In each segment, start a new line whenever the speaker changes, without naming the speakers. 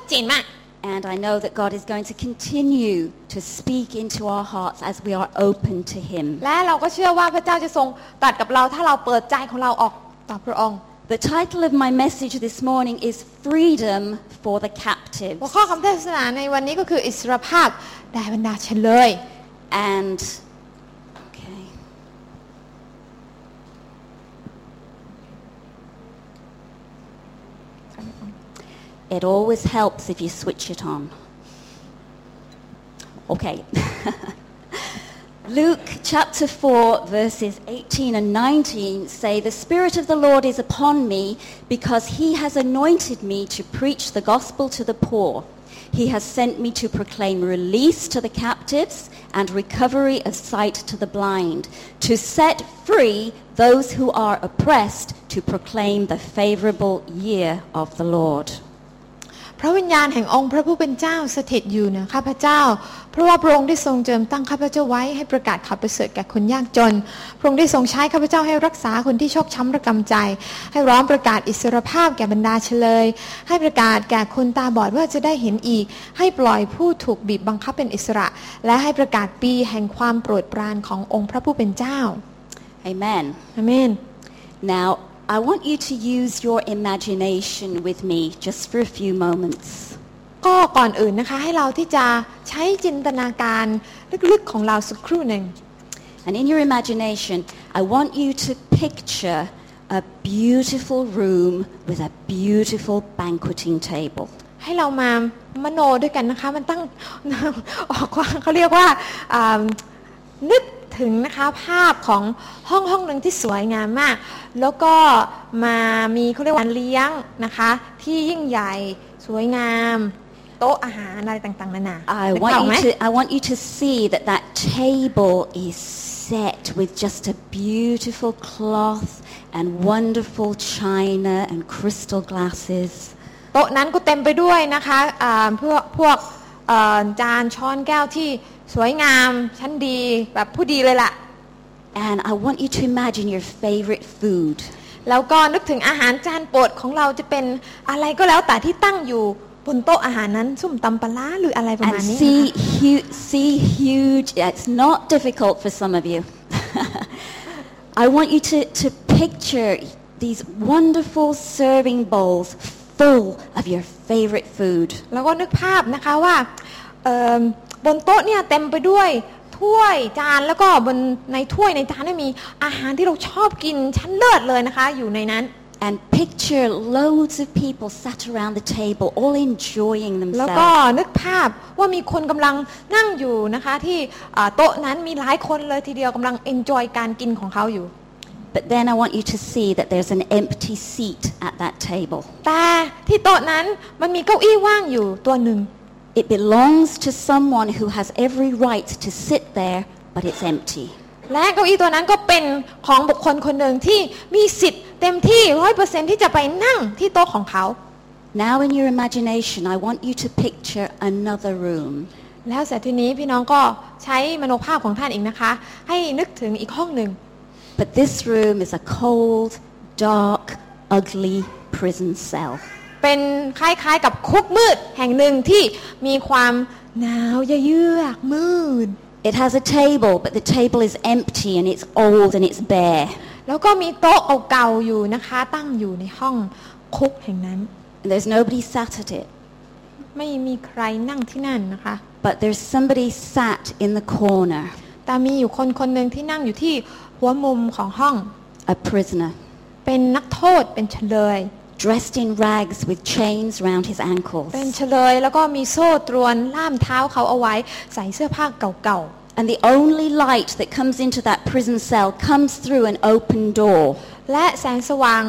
ดเจนมาก
And I know that God is going to continue to speak into our hearts as we are open to Him.
และเราก็เชื่อว่าพระเจ้าจะทรงตรัสกับเราถ้าเราเปิดใจของเราออกต่อพระองค์
The title of my message this morning is Freedom for the
หัว
Captives.
ข้อคำเทศนาในวันนี้ก็คืออิสรภาพแด่บรรดาเฉลย
And, okay. It always helps if you switch it on. Okay. Luke chapter 4 verses 18 and 19 say, The Spirit of the Lord is upon me because he has anointed me to preach the gospel to the poor. He has sent me to proclaim release to the captives and recovery of sight to the blind, to set free those who are oppressed, to proclaim the favorable year of the Lord.
พระวิญญาณแห่งองค์พระผู้เป็นเจ้าสถิตอยู่เหนือข้าพเจ้า เพราะว่าพระองค์ได้ทรงเจิมตั้งข้าพเจ้าไว้ให้ประกาศข่าวประเสริฐแก่คนยากจน พระองค์ได้ทรงใช้ข้าพเจ้าให้รักษาคนที่ชอกช้ำระกำใจ ให้ร้องประกาศอิสรภาพแก่บรรดาเฉลย ให้ประกาศแก่คนตาบอดว่าจะได้เห็นอีก ให้ปล่อยผู้ถูกบีบบังคับเป็นอิสระ และให้ประกาศปีแห่งความโปรดปรานขององค์พระผู้เป็นเจ้า
Amen.
อาเมน
Now, I want you to use your imagination with me just for a few moments.
ก็ก่อนอื่นนะคะให้เราที่จะใช้จินตนาการลึกๆของเราสักครู่หนึ่ง
And in your imagination, I want you to picture a beautiful room with a beautiful banqueting table.
ให้เรามามโนด้วยกันนะคะ มันตั้ง ออกกว่างเขาเรียกว่าอ่านึกถึงนะคะภาพของห้องห้องหนึ่งที่สวยงามมาก แล้วก็มามีเขาเรียกว่างานเลี้ยงนะคะ ที่ยิ่งใหญ่สวยงาม โต๊ะอาหารอะไรต่างๆนานา
I
นึกออก
want
ไหม
you to I want you to see that that table is set with just a beautiful cloth and wonderful china and crystal glasses.
โต๊ะนั้นก็เต็มไปด้วยนะคะอ่าพวกพวกเอ่อจานช้อนแก้วที่สวยงามชั้นดีแบบผู้ดีเลยล่ะ
And I want you to imagine your favorite food.
แล้วก็นึกถึงอาหารจานโปรดของเราจะเป็นอะไรก็แล้วแต่ที่ตั้งอยู่บนโต๊ะอาหารนั้นส้มตำปลาร้าหรืออะไรประมาณ
And
นี้นะ
see
คะ
hu- see huge. It's not difficult for some of you. I want you to, to picture these wonderful serving bowls full of your favorite food.
แล้วก็นึกภาพนะคะว่าเอิ่มบนโต๊ะเนี่ยเต็มไปด้วยถ้วยจานแล้วก็บนในถ้วยในจานเนี่ยมีอาหารที่เราชอบกินชั้นเลิศเลยนะคะ อยู่ในนั้น
And picture loads of people sat around the table, all enjoying
แล้วก็
themselves.
นึกภาพว่ามีคนกำลังนั่งอยู่นะคะ ที่อ่าโต๊ะนั้นมีหลายคนเลยทีเดียวกำลังเอนจอยการกินของเขาอยู่
But then I want you to see that there's an empty seat at that table.
แต่ที่โต๊ะนั้นมันมีเก้าอี้ว่างอยู่ตัวหนึ่ง
It belongs to someone who has every right to sit there, but it's empty.
และเก้าอี้ตัวนั้นก็เป็นของบุคคลคนหนึ่งที่มีสิทธิ์เต็มที่ร้อยเปอร์เซนที่จะไปนั่งที่โต๊ะของเขา
Now in your imagination, I want you to picture another room.
แล้วเสร็จทีนี้พี่น้องก็ใช้มโนภาพของท่านเองนะคะ ให้นึกถึงอีกห้องหนึ่ง
But this room is a cold, dark, ugly prison cell.
เป็นคล้ายๆ กับคุกมืดแห่งหนึ่งที่มีความหนาวเยือกมืด
It has a table, but the table is empty and it's old and it's bare.
แล้วก็มีโต๊ะเก่าๆอยู่นะคะ ตั้งอยู่ในห้องคุกแห่งนั้น
And there's nobody sat at it.
ไม่มีใครนั่งที่นั่นนะคะ
But there's somebody sat in the corner,
แต่มีอยู่คนคนหนึ่งที่นั่งอยู่ที่หัวมุมของห้อง
a prisoner,
เป็นนักโทษเป็นเฉลย
dressed in rags with chains round his
เป็น
ankles.
เฉลยแล้วก็มีโซ่ตรวนล่ามเท้าเขาเอาไว้ใส่เสื้อผ้าเก่า
And the only light that comes into that prison cell comes through an open door.
ๆ และแสงสว่าง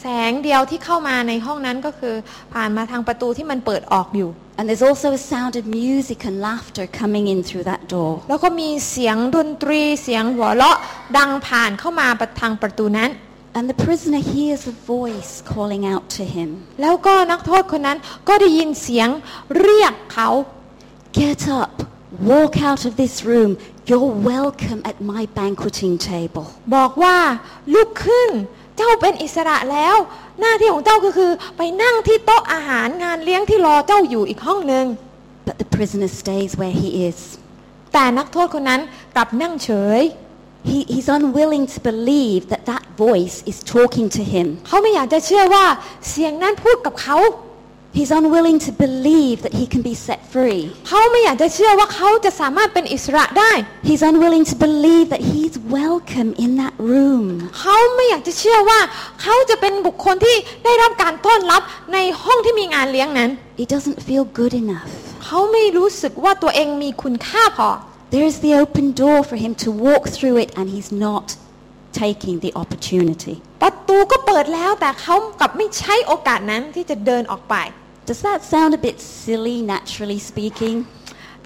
แสงเดียวที่เข้ามาในห้องนั้นก็คือ ผ่านมาทางประตูที่มันเปิดออกอยู่
And there's also a sound of music and laughter coming in through that door.
แล้วก็มีเสียงดนตรีเสียงหัวเราะดังผ่านเข้ามาทางประตูนั้น
And the prisoner hears a voice calling out to him,
แล้วก็นักโทษคนนั้นก็ได้ยินเสียงเรียกเขา
Get up, walk out of this room. You're welcome at my banqueting table.
บอกว่าลุกขึ้น เจ้าเป็นอิสระแล้ว หน้าที่ของเจ้าก็คือไปนั่งที่โต๊ะอาหารงานเลี้ยงที่รอเจ้าอยู่อีกห้องหนึ่ง
But the prisoner stays where he is.
แต่นักโทษคนนั้นกลับนั่งเฉย
He, he's unwilling to believe that that voice is talking to him.
เขาไม่อยากจะเชื่อว่าเสียงนั้นพูดกับเขา
He's unwilling to believe that he can be set free.
เขาไม่อยากจะเชื่อว่าเขาจะสามารถเป็นอิสระได้
He's unwilling to believe that he's welcome in that room.
เขาไม่อยากจะเชื่อว่า เขาจะเป็นบุคคลที่ได้รับการต้อนรับในห้องที่มีงานเลี้ยงนั้น
He doesn't feel good enough.
เขาไม่รู้สึกว่าตัวเองมีคุณค่าพอ
There is the open door for him to walk through it, and he's not taking the opportunity.
ประตูก็เปิดแล้วแต่เขากลับไม่ใช้โอกาสนั้นที่จะเดินออกไป
Does that sound a bit silly, naturally speaking?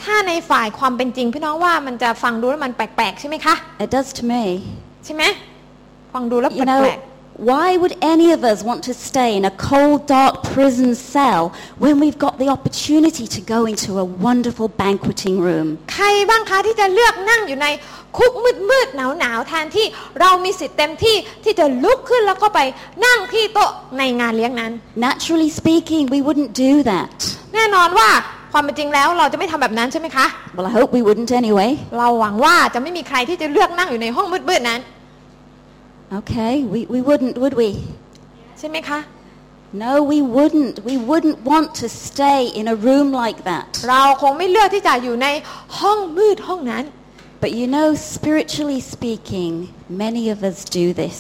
ถ้าในฝ่ายความเป็นจริงพี่น้องว่ามันจะฟังดูแล้วมันแปลกๆใช่ไหมคะ
It does to me.
ใช่ไหมฟังดูแล้วแป
You
ลก
know, why would any of us want to stay in a cold, dark prison cell when we've got the opportunity to go into a wonderful banqueting room?
ๆใครบ้างคะที่จะเลือกนั่งอยู่ในคุกมืดๆหนาวๆแทนที่เรามีสิทธิ์เต็มที่ที่จะลุกขึ้นแล้วก็ไปนั่งที่โต๊ะในงานเลี้ยงนั้น
Naturally speaking, we wouldn't do that.
แน่นอนว่าความเป็นจริงแล้วเราจะไม่ทำแบบนั้นใช่ไหมคะ
Well, I hope we wouldn't anyway.
เราหวังว่าจะไม่มีใครที่จะเลือกนั่งอยู่ในห้องมืดๆนั้น
Okay, we, we wouldn't, would we?
ใช่ไหมคะ
No, we wouldn't. We wouldn't want to stay in a room like that.
เราคงไม่เลือกที่จะอยู่ในห้องมืดห้องนั้น
But you know, spiritually speaking, many of us do this.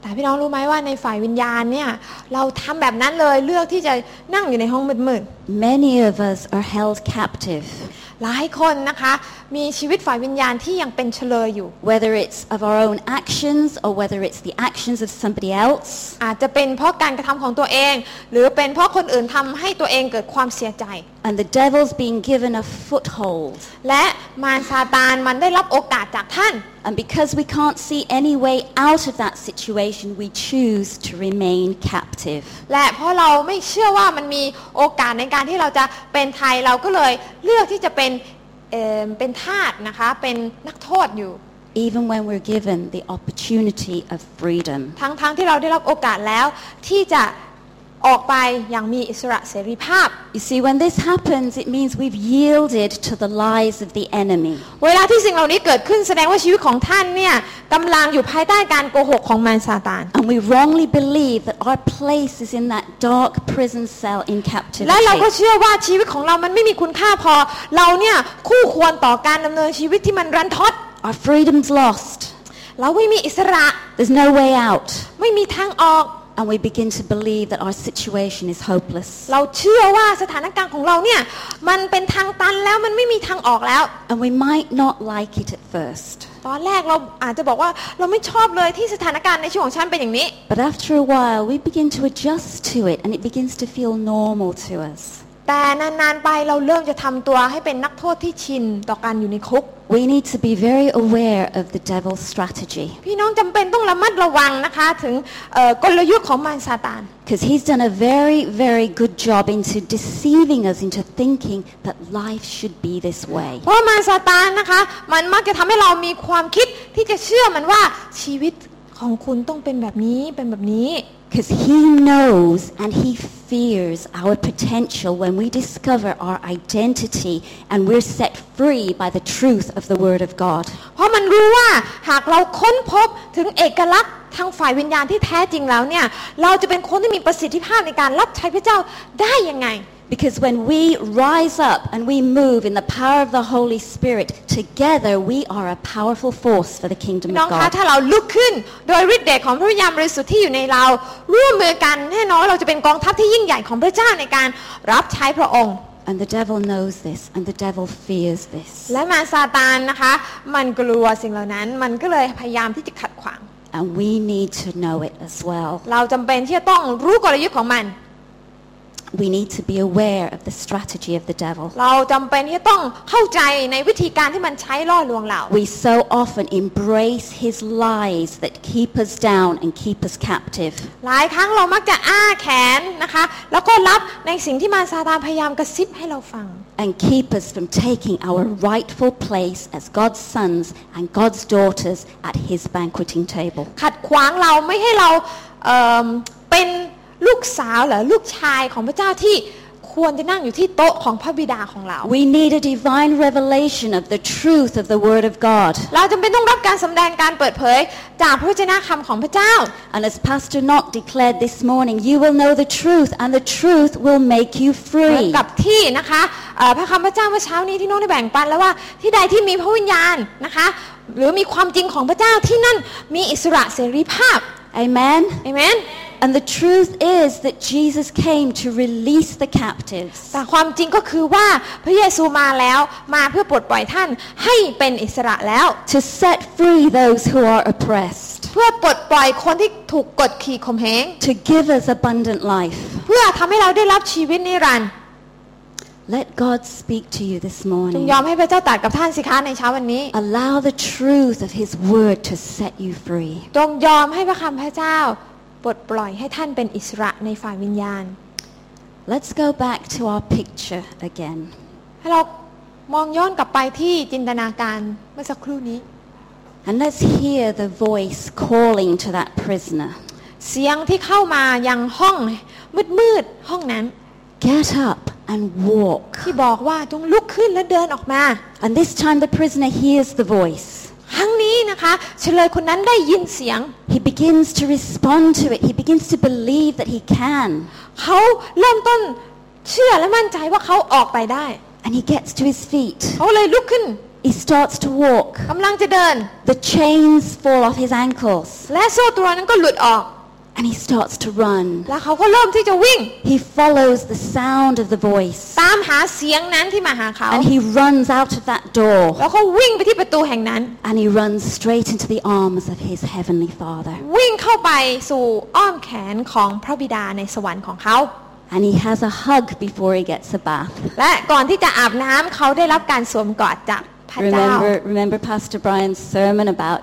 แต่พี่น้องรู้ไหมว่าในฝ่ายวิญญาณเนี่ยเราทำแบบนั้นเลยเลือกที่จะนั่งอยู่ในห้องมืด
Many of us are held captive.
ๆหลายคนนะคะ มีชีวิตฝ่ายวิญญาณที่ยังเป็นเฉลยอยู่
whether it's of our own actions or whether it's the actions of somebody else,
อาจจะเป็นเพราะการกระทำของตัวเอง หรือเป็นเพราะคนอื่นทำให้ตัวเองเกิดความเสียใจ
and the devil's being given a foothold.
และมารซาตานมันได้รับโอกาสจากท่าน
And because we can't see any way out of that situation, we choose to remain captive.
และเพราะเราไม่เชื่อว่ามันมีโอกาสในการที่เราจะเป็นไทยเราก็เลยเลือกที่จะเป็นเอ่อเป็นทาสนะคะ เป็นนักโทษอยู่
Even when we're given the opportunity of freedom.
ทั้งๆทที่เราได้รับโอกาสแล้ว ที่จะออกไปอย่างมีอิสระเสรีภาพ
You see, when this happens, it means we've yielded to the lies of the enemy.
เวลาที่สิ่งเหล่านี้เกิดขึ้นแสดงว่าชีวิตของท่านเนี่ยกำลังอยู่ภายใต้การโกหกของมารซาตาน
And we wrongly believe that our place is in that dark prison cell in captivity.
และเราก็เชื่อว่าชีวิตของเรามันไม่มีคุณค่าพอ เราเนี่ยคู่ควรต่อการดำเนินชีวิตที่มันรันทด
Our freedom's lost.
เราไม่มีอิสระ
There's no way out.
ไม่มีทางออก
and we begin to believe that our situation is hopeless.
เราเชื่อว่าสถานการณ์ของเราเนี่ยมันเป็นทางตันแล้วมันไม่มีทางออกแล้ว
And we might not like it at first,
ตอนแรกเราอาจจะบอกว่าเราไม่ชอบเลยที่สถานการณ์ในชีวิตของฉันเป็นอย่างนี้
but after a while we begin to adjust to it and it begins to feel normal to us.
แต่นานๆไปเราเริ่มจะทำตัวให้เป็นนักโทษที่ชินต่อการอยู่ในคุก
We need to be very aware of the devil's strategy
พี่น้องจำเป็นต้องระมัดระวังนะคะถึงเอ่อกลยุทธ์ของมารซาตาน
because he's done a very, very good job into deceiving us into thinking that life should be this way.
เพราะมารซาตานนะคะ มันมักจะทำให้เรามีความคิดที่จะเชื่อมันว่าชีวิตของคุณต้องเป็นแบบนี้เป็นแบบนี้
Because he knows and he fears our potential when we discover our identity and we're set free by the truth of the Word of God.
เพราะมันรู้ว่าหากเราค้นพบถึงเอกลักษณ์ทางฝ่ายวิญญาณที่แท้จริงแล้วเนี่ย เราจะเป็นคนที่มีประสิทธิภาพในการรับใช้พระเจ้าได้ยังไง
Because when we rise up and we move in the power of the Holy Spirit, together we are a powerful force for the
พี่
kingdom
น้อ
of
งคะ
God.
ถ้าเราลุกขึ้นโดยฤทธิ์เดชของพระวิญญาณบริสุทธิ์ที่อยู่ในเรา ร่วมมือกันแน่นอนว่าเราจะเป็นกองทัพที่ยิ่งใหญ่ของพระเจ้าในการรับใช้พระองค์
And the devil knows this, and the devil fears this.
และมารซาตานนะคะ มันกลัวสิ่งเหล่านั้น มันก็เลยพยายามที่จะขัดขวาง
And we need to know it as well.
เราจำเป็นที่จะต้องรู้กลยุทธ์ของมัน
we need to be aware of the strategy of the devil.
เราจำเป็นที่จะต้องเข้าใจในวิธีการที่มันใช้ล่อลวงเรา
We so often embrace his lies that keep us down and keep us captive.
หลายครั้งเรามักจะอ้าแขนนะคะ แล้วก็รับในสิ่งที่มารซาตานพยายามกระซิบให้เราฟัง
and keep us from taking our rightful place as God's sons and God's daughters at his banqueting table.
ขัดขวางเราไม่ให้เราเอิ่มเป็นลูกสาวหรือลูกชายของพระเจ้าที่ควรจะนั่งอยู่ที่โต๊ะของพระบิดาของเรา
We need a divine revelation of the truth of the Word of God.
เราจำเป็นต้องรับการสำแดงการเปิดเผย จากพระวจนะคำของพระเจ้า
And as Pastor Knock declared this morning, you will know the truth and the truth will make you
เหมือน
free.
กับที่นะคะเอ่อพระคำพระเจ้าเมื่อเช้านี้ที่น้องได้แบ่งปันแล้วว่าที่ใดที่มีพระวิญญาณนะคะ หรือมีความจริงของพระเจ้าที่นั่นมีอิสระเสรีภาพ
Amen?
เอเมน
And the truth is that Jesus came to release the captives.
แต่ความจริงก็คือว่าพระเยซูมาแล้วมาเพื่อปลดปล่อยท่านให้เป็นอิสระแล้ว
To set free those who are oppressed,
เพื่อปลดปล่อยคนที่ถูกกดขี่ข่มเหง
to give us abundant life.
เพื่อทำให้เราได้รับชีวิตนิรันดร์
Let God speak to you this
จง
morning.
ยอมให้พระเจ้าตรัดกับท่านสิคะในเช้าวันนี้
Allow the truth of His Word to set you free.
จงยอมให้พระคำพระเจ้าปลดปล่อยให้ท่านเป็นอิสระในฝ่ายวิญญาณ
Let's go back to our picture again.
ให้เรามองย้อนกลับไปที่จินตนาการเมื่อสักครู่นี้
And let's hear the voice calling to that prisoner
เสียงที่เข้ามายังห้องมืดๆห้องนั้น
Get up and walk.
ที่บอกว่าจงลุกขึ้นและเดินออกมา
And this time the prisoner hears the voice.
ครั้งนี้นะคะเฉลยคนนั้นได้ยินเสียง
He begins to respond to it. He begins to believe that he can.
เขาเริ่มต้นเชื่อและมั่นใจว่าเขาออกไปได้
And he gets to his feet.
เขาเลยลุกขึ้น
He starts to walk.
กำลังจะเดิน
The chains fall off his ankles.
และโซ่ตรวนนั้นก็หลุดออก
And he starts to run.
แล้วเขาก็เริ่มที่จะวิ่ง
He follows the sound of the voice
ตามหาเสียงนั้นที่มาหาเขา
and he runs out of that door
แล้วก็วิ่งไปที่ประตูแห่งนั้น
and he runs straight into the arms of his heavenly father.
วิ่งเข้าไปสู่อ้อมแขนของพระบิดาในสวรรค์ของเขา
And he has a hug before he gets a bath.
และก่อนที่จะอาบน้ำเขาได้รับการสวมกอดจากพระเจ้า
Remember, remember Pastor Brian's sermon about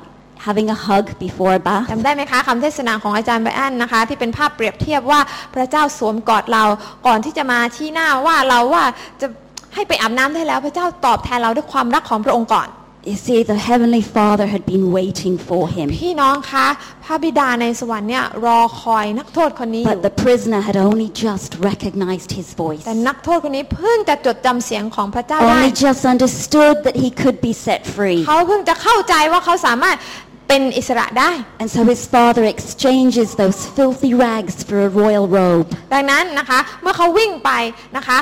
having a hug before a bath?
จำได้ไหมคะคำเทศนาของอาจารย์ไบรอันนะคะ ที่เป็นภาพเปรียบเทียบว่าพระเจ้าสวมกอดเรา ก่อนที่จะมาที่หน้าว่าเราว่าจะให้ไปอาบน้ำได้แล้ว พระเจ้าตอบแทนเราด้วยความรักของพระองค์ก่อน
You see, the heavenly father had been waiting for him,
พี่น้องคะพระบิดาในสวรรค์เนี่ยรอคอยนักโทษคนนี้อ
but
ยู่
the prisoner had only just recognized his voice.
แต่นักโทษคนนี้เพิ่งจะจดจำเสียงของพระเจ้าได้
Only just understood that he could be set free.
เขาเพิ่งจะเข้าใจว่าเขาสามารถเป็นอิสระได้
And so his father exchanges those filthy rags for a royal robe.
ดังนั้นนะคะ เมื่อเขาวิ่งไปนะคะ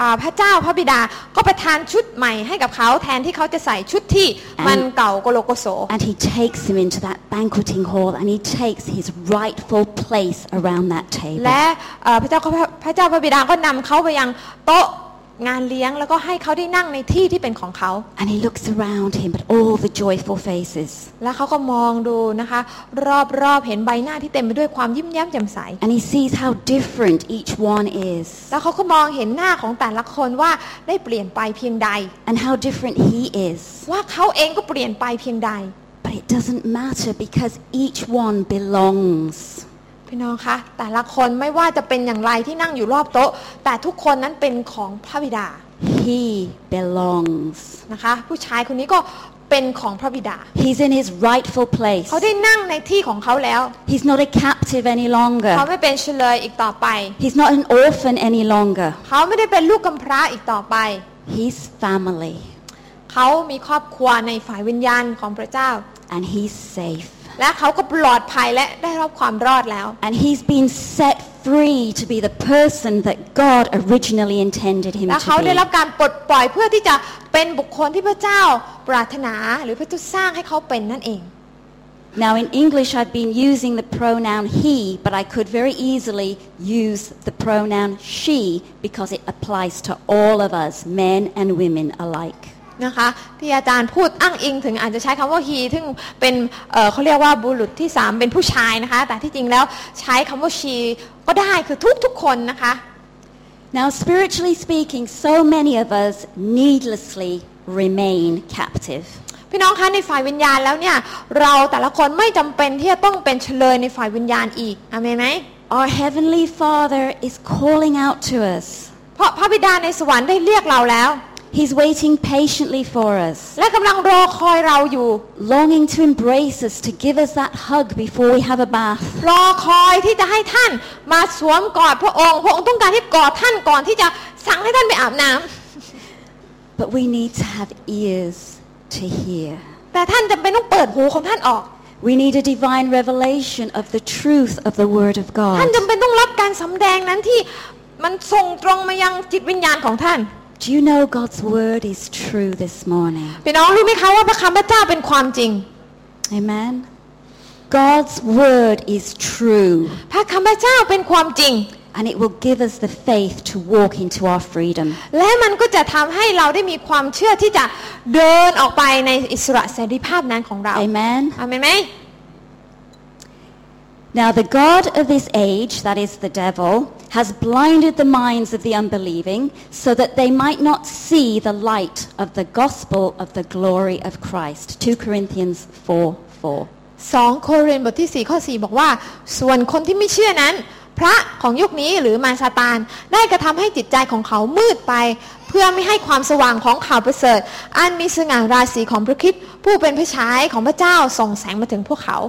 อ่าพระเจ้าพระบิดาก็ประทานชุดใหม่ให้กับเขาแทนที่เขาจะใส่ชุดที่มันเก่าโกโลโกโส
And he takes him into that banqueting hall and he takes his rightful place around that table.
และเอ่อพระเจ้าก็พระเจ้าพระบิดาก็นำเขาไปยังโต๊ะงานเลี้ยงแล้วก็ให้เขาได้นั่งในที่ที่เป็นของเขา
and he looks around him at all the joyful faces.
แล้วเขาก็มองดูนะคะ รอบๆเห็นใบหน้าที่เต็มไปด้วยความยิ้มแย้มแจ่มใส
And he sees how different each one is
แล้วเขาก็มองเห็นหน้าของแต่ละคนว่าได้เปลี่ยนไปเพียงใด
and how different he is.
ว่าเขาเองก็เปลี่ยนไปเพียงใด
But it doesn't matter because each one belongs.
พี่น้องคะแต่ละคนไม่ว่าจะเป็นอย่างไรที่นั่งอยู่รอบโต๊ะ แต่ทุกคนนั้นเป็นของพระบิดา
He belongs.
นะคะ ผู้ชายคนนี้ก็เป็นของพระบิดา
He's in his rightful place.
เขาได้นั่งในที่ของเขาแล้ว
He's not a captive any
เขา
longer.
ไม่เป็นเฉลยอีกต่อไป
He's not an orphan any longer.
เขาไม่ได้เป็นลูกกำพร้าอีกต่อไป
He's family
เขามีครอบครัวในฝ่ายวิญญาณของพระเจ้า
and he's safe.
และเขาก็ปลอดภัยและได้รับความรอดแล้ว
And he's been set free to be the person that God originally intended him
และเขาได้รั
to
บการปลดปล่อยเพื่อที่จะเป็นบุคคลที่พระเจ้าปรารถนาหรือพระเจ้าสร้างให้เขาเป็นนั่นเอง
be. Now, in English, I've been using the pronoun he, but I could very easily use the pronoun she because it applies to all of us, men and women alike.
นะคะที่อาจารย์พูดอ้างอิงถึงอาจจะใช้คำว่า he ซึ่งเป็นเอ่อเขาเรียกว่าบุรุษที่ 3 เป็นผู้ชายนะคะ แต่ที่จริงแล้วใช้คำว่า she ก็ได้คือทุกทุกๆคนนะคะ
Now, spiritually speaking, so many of us needlessly remain captive.
พี่น้องคะในฝ่ายวิญญาณแล้วเนี่ย เราแต่ละคนไม่จำเป็นที่จะต้องเป็นเฉลยในฝ่ายวิญญาณอีกอาเมนไหม
Our Heavenly Father is calling out to us.
เพราะพระบิดาในสวรรค์ได้เรียกเราแล้ว
He's waiting patiently for us,
และกำลังรอคอยเราอยู่
longing to embrace us, to give us that hug before we have a bath.
รอคอยที่จะให้ท่านมาสวมกอดพระองค์ พระองค์ต้องการที่กอดท่านก่อนที่จะสั่งให้ท่านไปอาบน้ำ
But we need to have ears to hear.
แต่ท่านจำเป็นต้องเปิดหูของท่านออก
We need a divine revelation of the truth of the Word of
ท่าน
God.
จำเป็นต้องรับการสำแดงนั้นที่มันส่งตรงมายังจิตวิญญาณของท่าน
Do you know God's Word is true this morning?
พี่น้องรู้ไหมคะว่าพระคำพระเจ้าเป็นความจริง
Amen. God's Word is true.
พระคำพระเจ้าเป็นความจริง
and it will give us the faith to walk into our freedom.
และมันก็จะทำให้เราได้มีความเชื่อที่จะเดินออกไปในอิสระเสรีภาพนั้นของเรา
Amen.
อาเมนไหม
Now, the God of this age, that is the devil, has blinded the minds of the unbelieving so that they might not see the light of the gospel of the glory of Christ. 2 Corinthians 4 4.
2 โครินธ์บทที่ 4 ข้อ 4 บอกว่า ส่วนคนที่ไม่เชื่อนั้น พระของยุคนี้หรือมารซาตาน ได้กระทำให้จิตใจของเขามืดไป เพื่อไม่ให้ความสว่างของข่าวประเสริฐ อันมีสง่าราศีของพระคริดผู้เป็นพระฉายของพระเจ้าส่องแสงมาถึงพวกเขา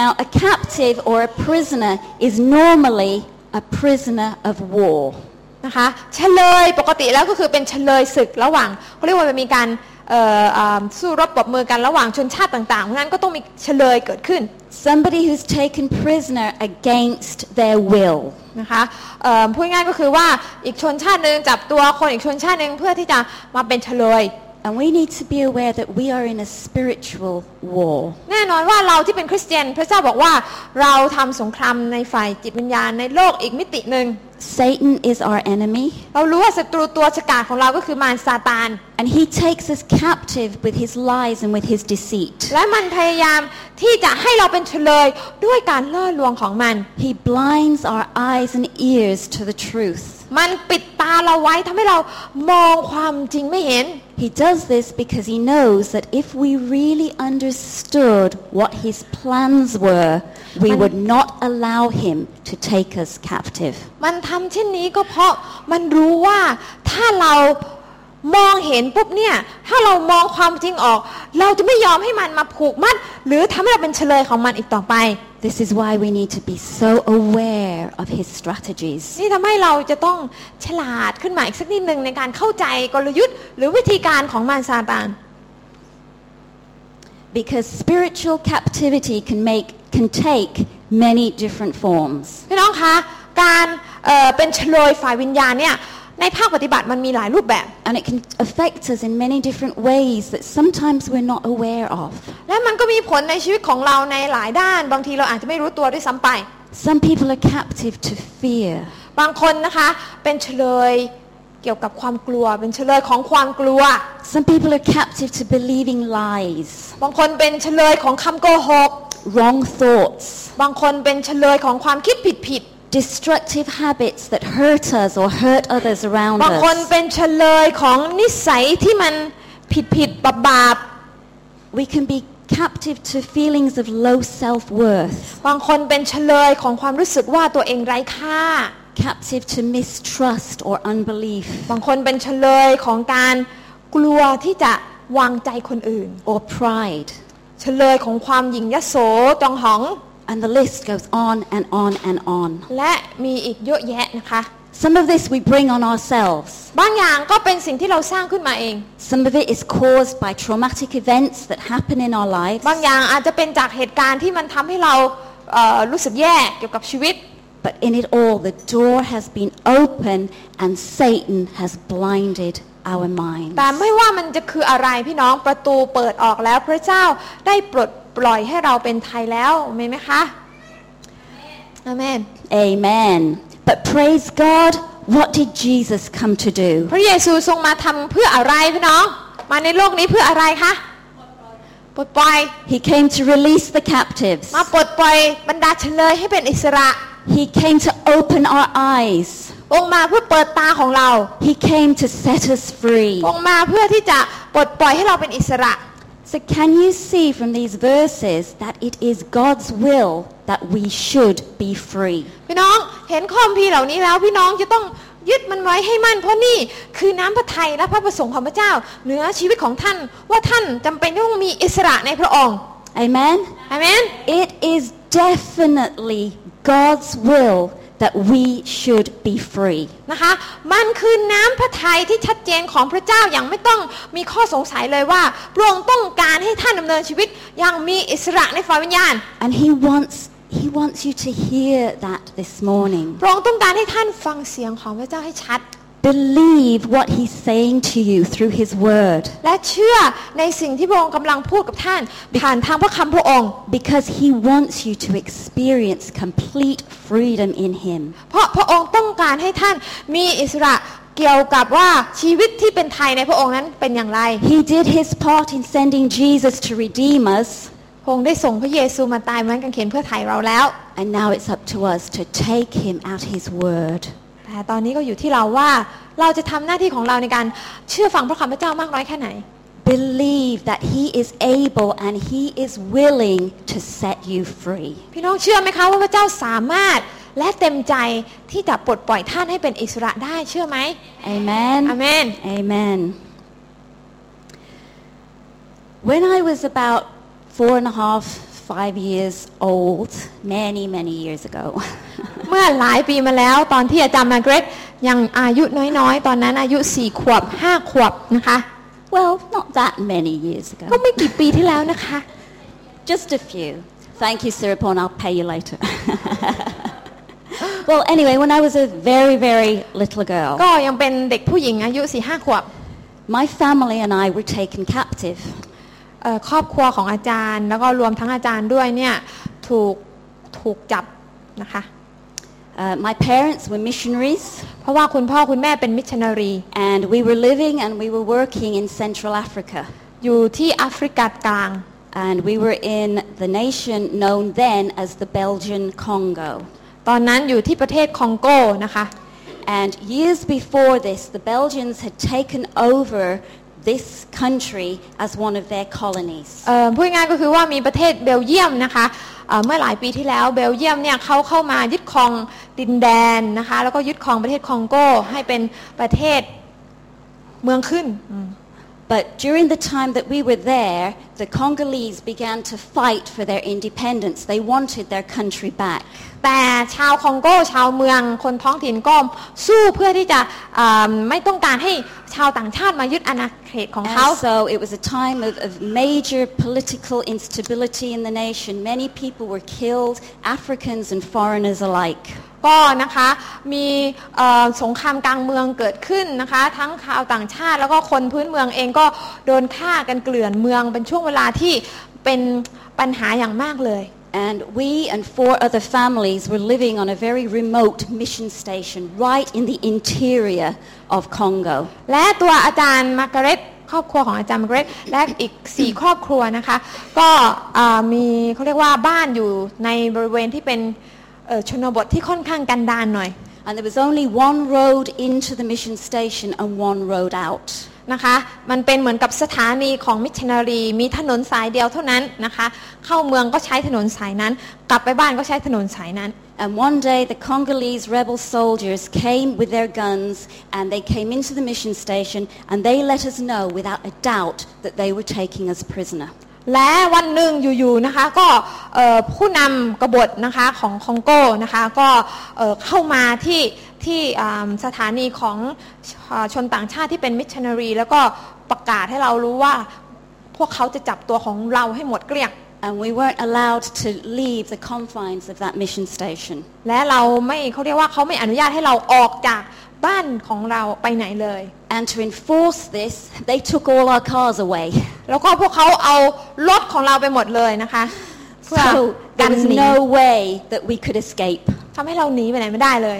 Now, a captive or a prisoner is normally a prisoner of war.
นะคะเฉลยปกติแล้วก็คือเป็นเฉลยศึกระหว่างเขาเรียกว่ามีการเอ่อเอ่อสู้รบปรบมือกันระหว่างชนชาติต่างๆเพราะฉะนั้นก็ต้องมีเฉลยเกิดขึ้น
Somebody who's taken prisoner against their will.
นะคะเอ่อพูดง่ายๆก็คือว่าอีกชนชาติหนึ่งจับตัวคนอีกชนชาติหนึ่งเพื่อที่จะมาเป็นเฉลย
And we need to be aware that we are in a spiritual war.
แน่นอนว่าเราที่เป็นคริสเตียน พระเจ้าบอกว่าเราทำสงครามในฝ่ายจิตวิญญาณในโลกอีกมิติหนึ่ง
Satan is our enemy,
เรารู้ว่าศัตรูตัวฉกาจของเราก็คือมารซาตาน
and he takes us captive with his lies and with his deceit.
และมันพยายามที่จะให้เราเป็นเฉลยด้วยการล่อลวงของมัน
He blinds our eyes and ears to the truth.
มันปิดตาเราไว้ทำให้เรามองความจริงไม่เห็น
He does this because he knows that if we really understood what his plans were, we would not allow him to take us captive.
มันทำเช่นนี้ก็เพราะมันรู้ว่าถ้าเรามองเห็นปุ๊บเนี่ย ถ้าเรามองความจริงออก เราจะไม่ยอมให้มันมาผูกมัด หรือทำให้เราเป็นเฉลยของมันอีกต่อไป
This is why we need to be so aware of his strategies.
นี่ทำให้เราจะต้องฉลาดขึ้นมาอีกสักนิดหนึ่งในการเข้าใจกลยุทธ์ หรือวิธีการของมารซาตาน
Because spiritual captivity can make can take many different forms.
พี่น้องคะการเอ่อเป็นเฉลยฝ่ายวิญญาณเนี่ยในภาคปฏิบัติมันมีหลายรูปแบบ
And it can affect us in many different ways that sometimes we're not aware of.
และมันก็มีผลในชีวิตของเราในหลายด้าน บางทีเราอาจจะไม่รู้ตัวด้วยซ้ำไป
Some people are captive to fear.
บางคนนะคะ เป็นเฉลยเกี่ยวกับความกลัว เป็นเฉลยของความกลัว
Some people are captive to believing lies,
บางคนเป็นเฉลยของคำโกหก
wrong thoughts,
บางคนเป็นเฉลยของความคิดผิดผิด
destructive habits that hurt us or hurt others around
บางคน
us.
เป็นเฉลยของนิสัยที่มันผิดผิดบาปบาป
We can be captive to feelings of low self-worth,
บางคนเป็นเฉลยของความรู้สึกว่าตัวเองไร้ค่า
captive to mistrust or unbelief,
บางคนเป็นเฉลยของการกลัวที่จะวางใจคนอื่น
or pride.
เฉลยของความหยิ่งยโสจองหอง
And the list goes on and on and on.
และมีอีกเยอะแยะนะคะ
Some of this we bring on ourselves.
บางอย่างก็เป็นสิ่งที่เราสร้างขึ้นมาเอง
Some of it is caused by traumatic events that happen in our lives.
บางอย่างอาจจะเป็นจากเหตุการณ์ที่มันทำให้เราเอ่อรู้สึกแย่เกี่ยวกับชีวิต
But in it all, the door has been open and Satan has blinded our minds.
แต่ไม่ว่ามันจะคืออะไรพี่น้องประตูเปิดออกแล้วพระเจ้าได้ปลดปล่อยให้เราเป็นไทยแล้วเมนไหมคะอาเมน
Amen. But praise God, what did Jesus come to do?
พระเยซูทรงมาทำเพื่ออะไรพี่น้อง มาในโลกนี้เพื่ออะไรคะปลดปล่อย
He came to release the captives.
มาปลดปล่อยบรรดาเฉลยให้เป็นอิสระ
He came to open our eyes.
องค์มาเพื่อเปิดตาของเรา
He came to set us free.
องค์มาเพื่อที่จะปลดปล่อยให้เราเป็นอิสระ
So, can you see from these verses that it is God's will that we should be free?
พี่น้องเห็นข้อมพีร์เหล่านี้แล้วพี่น้องจะต้องยึดมันไว้ให้มั่นเพราะนี่คือน้ำพระทัยและพระประสงค์ของพระเจ้าเหนือชีวิตของท่านว่าท่านจำเป็นต้องมีอิสระในพระองค์
Amen?
อาเมน
It is definitely God's will that we should be free.
นะคะมันคือน้ำพระทัยที่ชัดเจนของพระเจ้าอย่างไม่ต้องมีข้อสงสัยเลยว่าพระองค์ต้องการให้ท่านดำเนินชีวิตอย่างมีอิสระในฝ่ายวิญญาณ
And He wants, he wants you to hear that this morning.
พระองค์ต้องการให้ท่านฟังเสียงของพระเจ้าให้ชัด
Believe what He's saying to you through His Word
และเชื่อในสิ่งที่พระองค์กำลังพูดกับท่าน ผ่านทางพระคำพระองค์
because He wants you to experience complete freedom in Him.
เพราะพระองค์ต้องการให้ท่านมีอิสระเกี่ยวกับว่าชีวิตที่เป็นไทยในพระองค์นั้นเป็นอย่างไร
He did His part in sending Jesus to redeem us,
พระองค์ได้ส่งพระเยซูมาตายเหมือนกันเขนเพื่อไทยเราแล้ว
and now it's up to us to take Him at His Word.
แต่ตอนนี้ก็อยู่ที่เราว่าเราจะทำหน้าที่ของเราในการเชื่อฟังพระคำพระเจ้ามากน้อยแค่ไหน
Believe that He is able and He is willing to set you free.
พี่น้องเชื่อไหมคะว่าพระเจ้าสามารถและเต็มใจที่จะปลดปล่อยท่านให้เป็นอิสระได้เชื่อไหม
Amen.
อาเมน
Amen. When I was about four and a half, five years old, many, many years ago,
เมื่อหลายปีมาแล้วตอนที่อาจารย์มาร์เกรตยังอายุน้อยๆ ตอนนั้นอายุ4ขวบ5ขวบนะคะ
well, not that many years
ก็
ago,
ไม่กี่ปีที่แล้วนะคะ
just a few. Thank you, Siripon, I'll pay you later. well, anyway, when I was a very, very little girl,
ก็ยังเป็นเด็กผู้หญิงอายุ4ี่ห้าขวบ
my family and I were taken captive.
เอ่อครอบครัวของอาจารย์ แล้วก็รวมทั้งอาจารย์ด้วยเนี่ยถูกถูกจับนะคะ
Uh, my parents were missionaries,
เพราะว่าคุณพ่อคุณแม่เป็นมิชชันนารี
and we were living and we were working in Central Africa.
อยู่ที่แอฟริกากลาง
And we were in the nation known then as the Belgian Congo.
ตอนนั้นอยู่ที่ประเทศคองโกนะคะ
And years before this, the Belgians had taken over this country as one of their colonies.
เอ่อพูดง่ายๆก็คือว่ามีประเทศเบลเยียมนะคะเอ่อเมื่อหลายปีที่แล้วเบลเยียมเนี่ยเขาเข้ามายึดครองดินแดนนะคะ แล้วก็ยึดครองประเทศคองโกให้เป็นประเทศเมืองขึ้น
But during the time that we were there, the Congolese began to fight for their independence. They wanted their country back.
แต่ชาวคองโกชาวเมืองคนท้องถิ่นก็สู้เพื่อที่จะเอ่อไม่ต้องการให้ชาวต่างชาติมายึดอาณาเขตของเขา
And so it was a time of, of major political instability in the nation. Many people were killed, Africans and foreigners alike.
ก็นะคะมีเอ่อสงครามกลางเมืองเกิดขึ้นนะคะ ทั้งชาวต่างชาติแล้วก็คนพื้นเมืองเองก็โดนฆ่ากันเกลื่อนเมืองเป็นช่วงเวลาที่เป็นปัญหาอย่างมากเลย
And we and four other families were living on a very remote mission station right in the interior of Congo.
และตัวอาจารย์มาร์กาเร็ตครอบครัวของอาจารย์มาร์กาเร็ตและอีก 4 ครอบครัวนะคะ ก็เอ่อมีเขาเรียกว่าบ้านอยู่ในบริเวณที่เป็นเอ่อชนบทที่ค่อนข้างกันดารหน่อย
And there was only one road into the mission station and one road out.
นะคะมันเป็นเหมือนกับสถานีของมิชชันนารี มีถนนสายเดียวเท่านั้นนะคะ เข้าเมืองก็ใช้ถนนสายนั้น กลับไปบ้านก็ใช้ถนนสายนั้น
And one day the Congolese rebel soldiers came with their guns and they came into the mission station and they let us know without a doubt that they were taking us prisoner.
และวันหนึ่งอยู่ๆนะคะก็เอ่อผู้นำกบฏนะคะของคองโกนะคะก็เอ่อเข้ามาที่ที่อ่าสถานีของอ่าชนต่างชาติที่เป็นมิชชันนารี แล้วก็ประกาศให้เรารู้ว่าพวกเขาจะจับตัวของเราให้หมดเกลี้ยง
And we weren't allowed to leave the confines of that mission station.
และเราไม่เขาเรียกว่าเขาไม่อนุญาตให้เราออกจากบ้านของเราไปไหนเลย
And to enforce this, they took all our cars away.
แล้วก็พวกเขาเอารถของเราไปหมดเลยนะคะเพื่อ
So
กั
there
น
was
หนี
no way that we could escape.
ทำให้เราหนีไปไหนไม่ได้เลย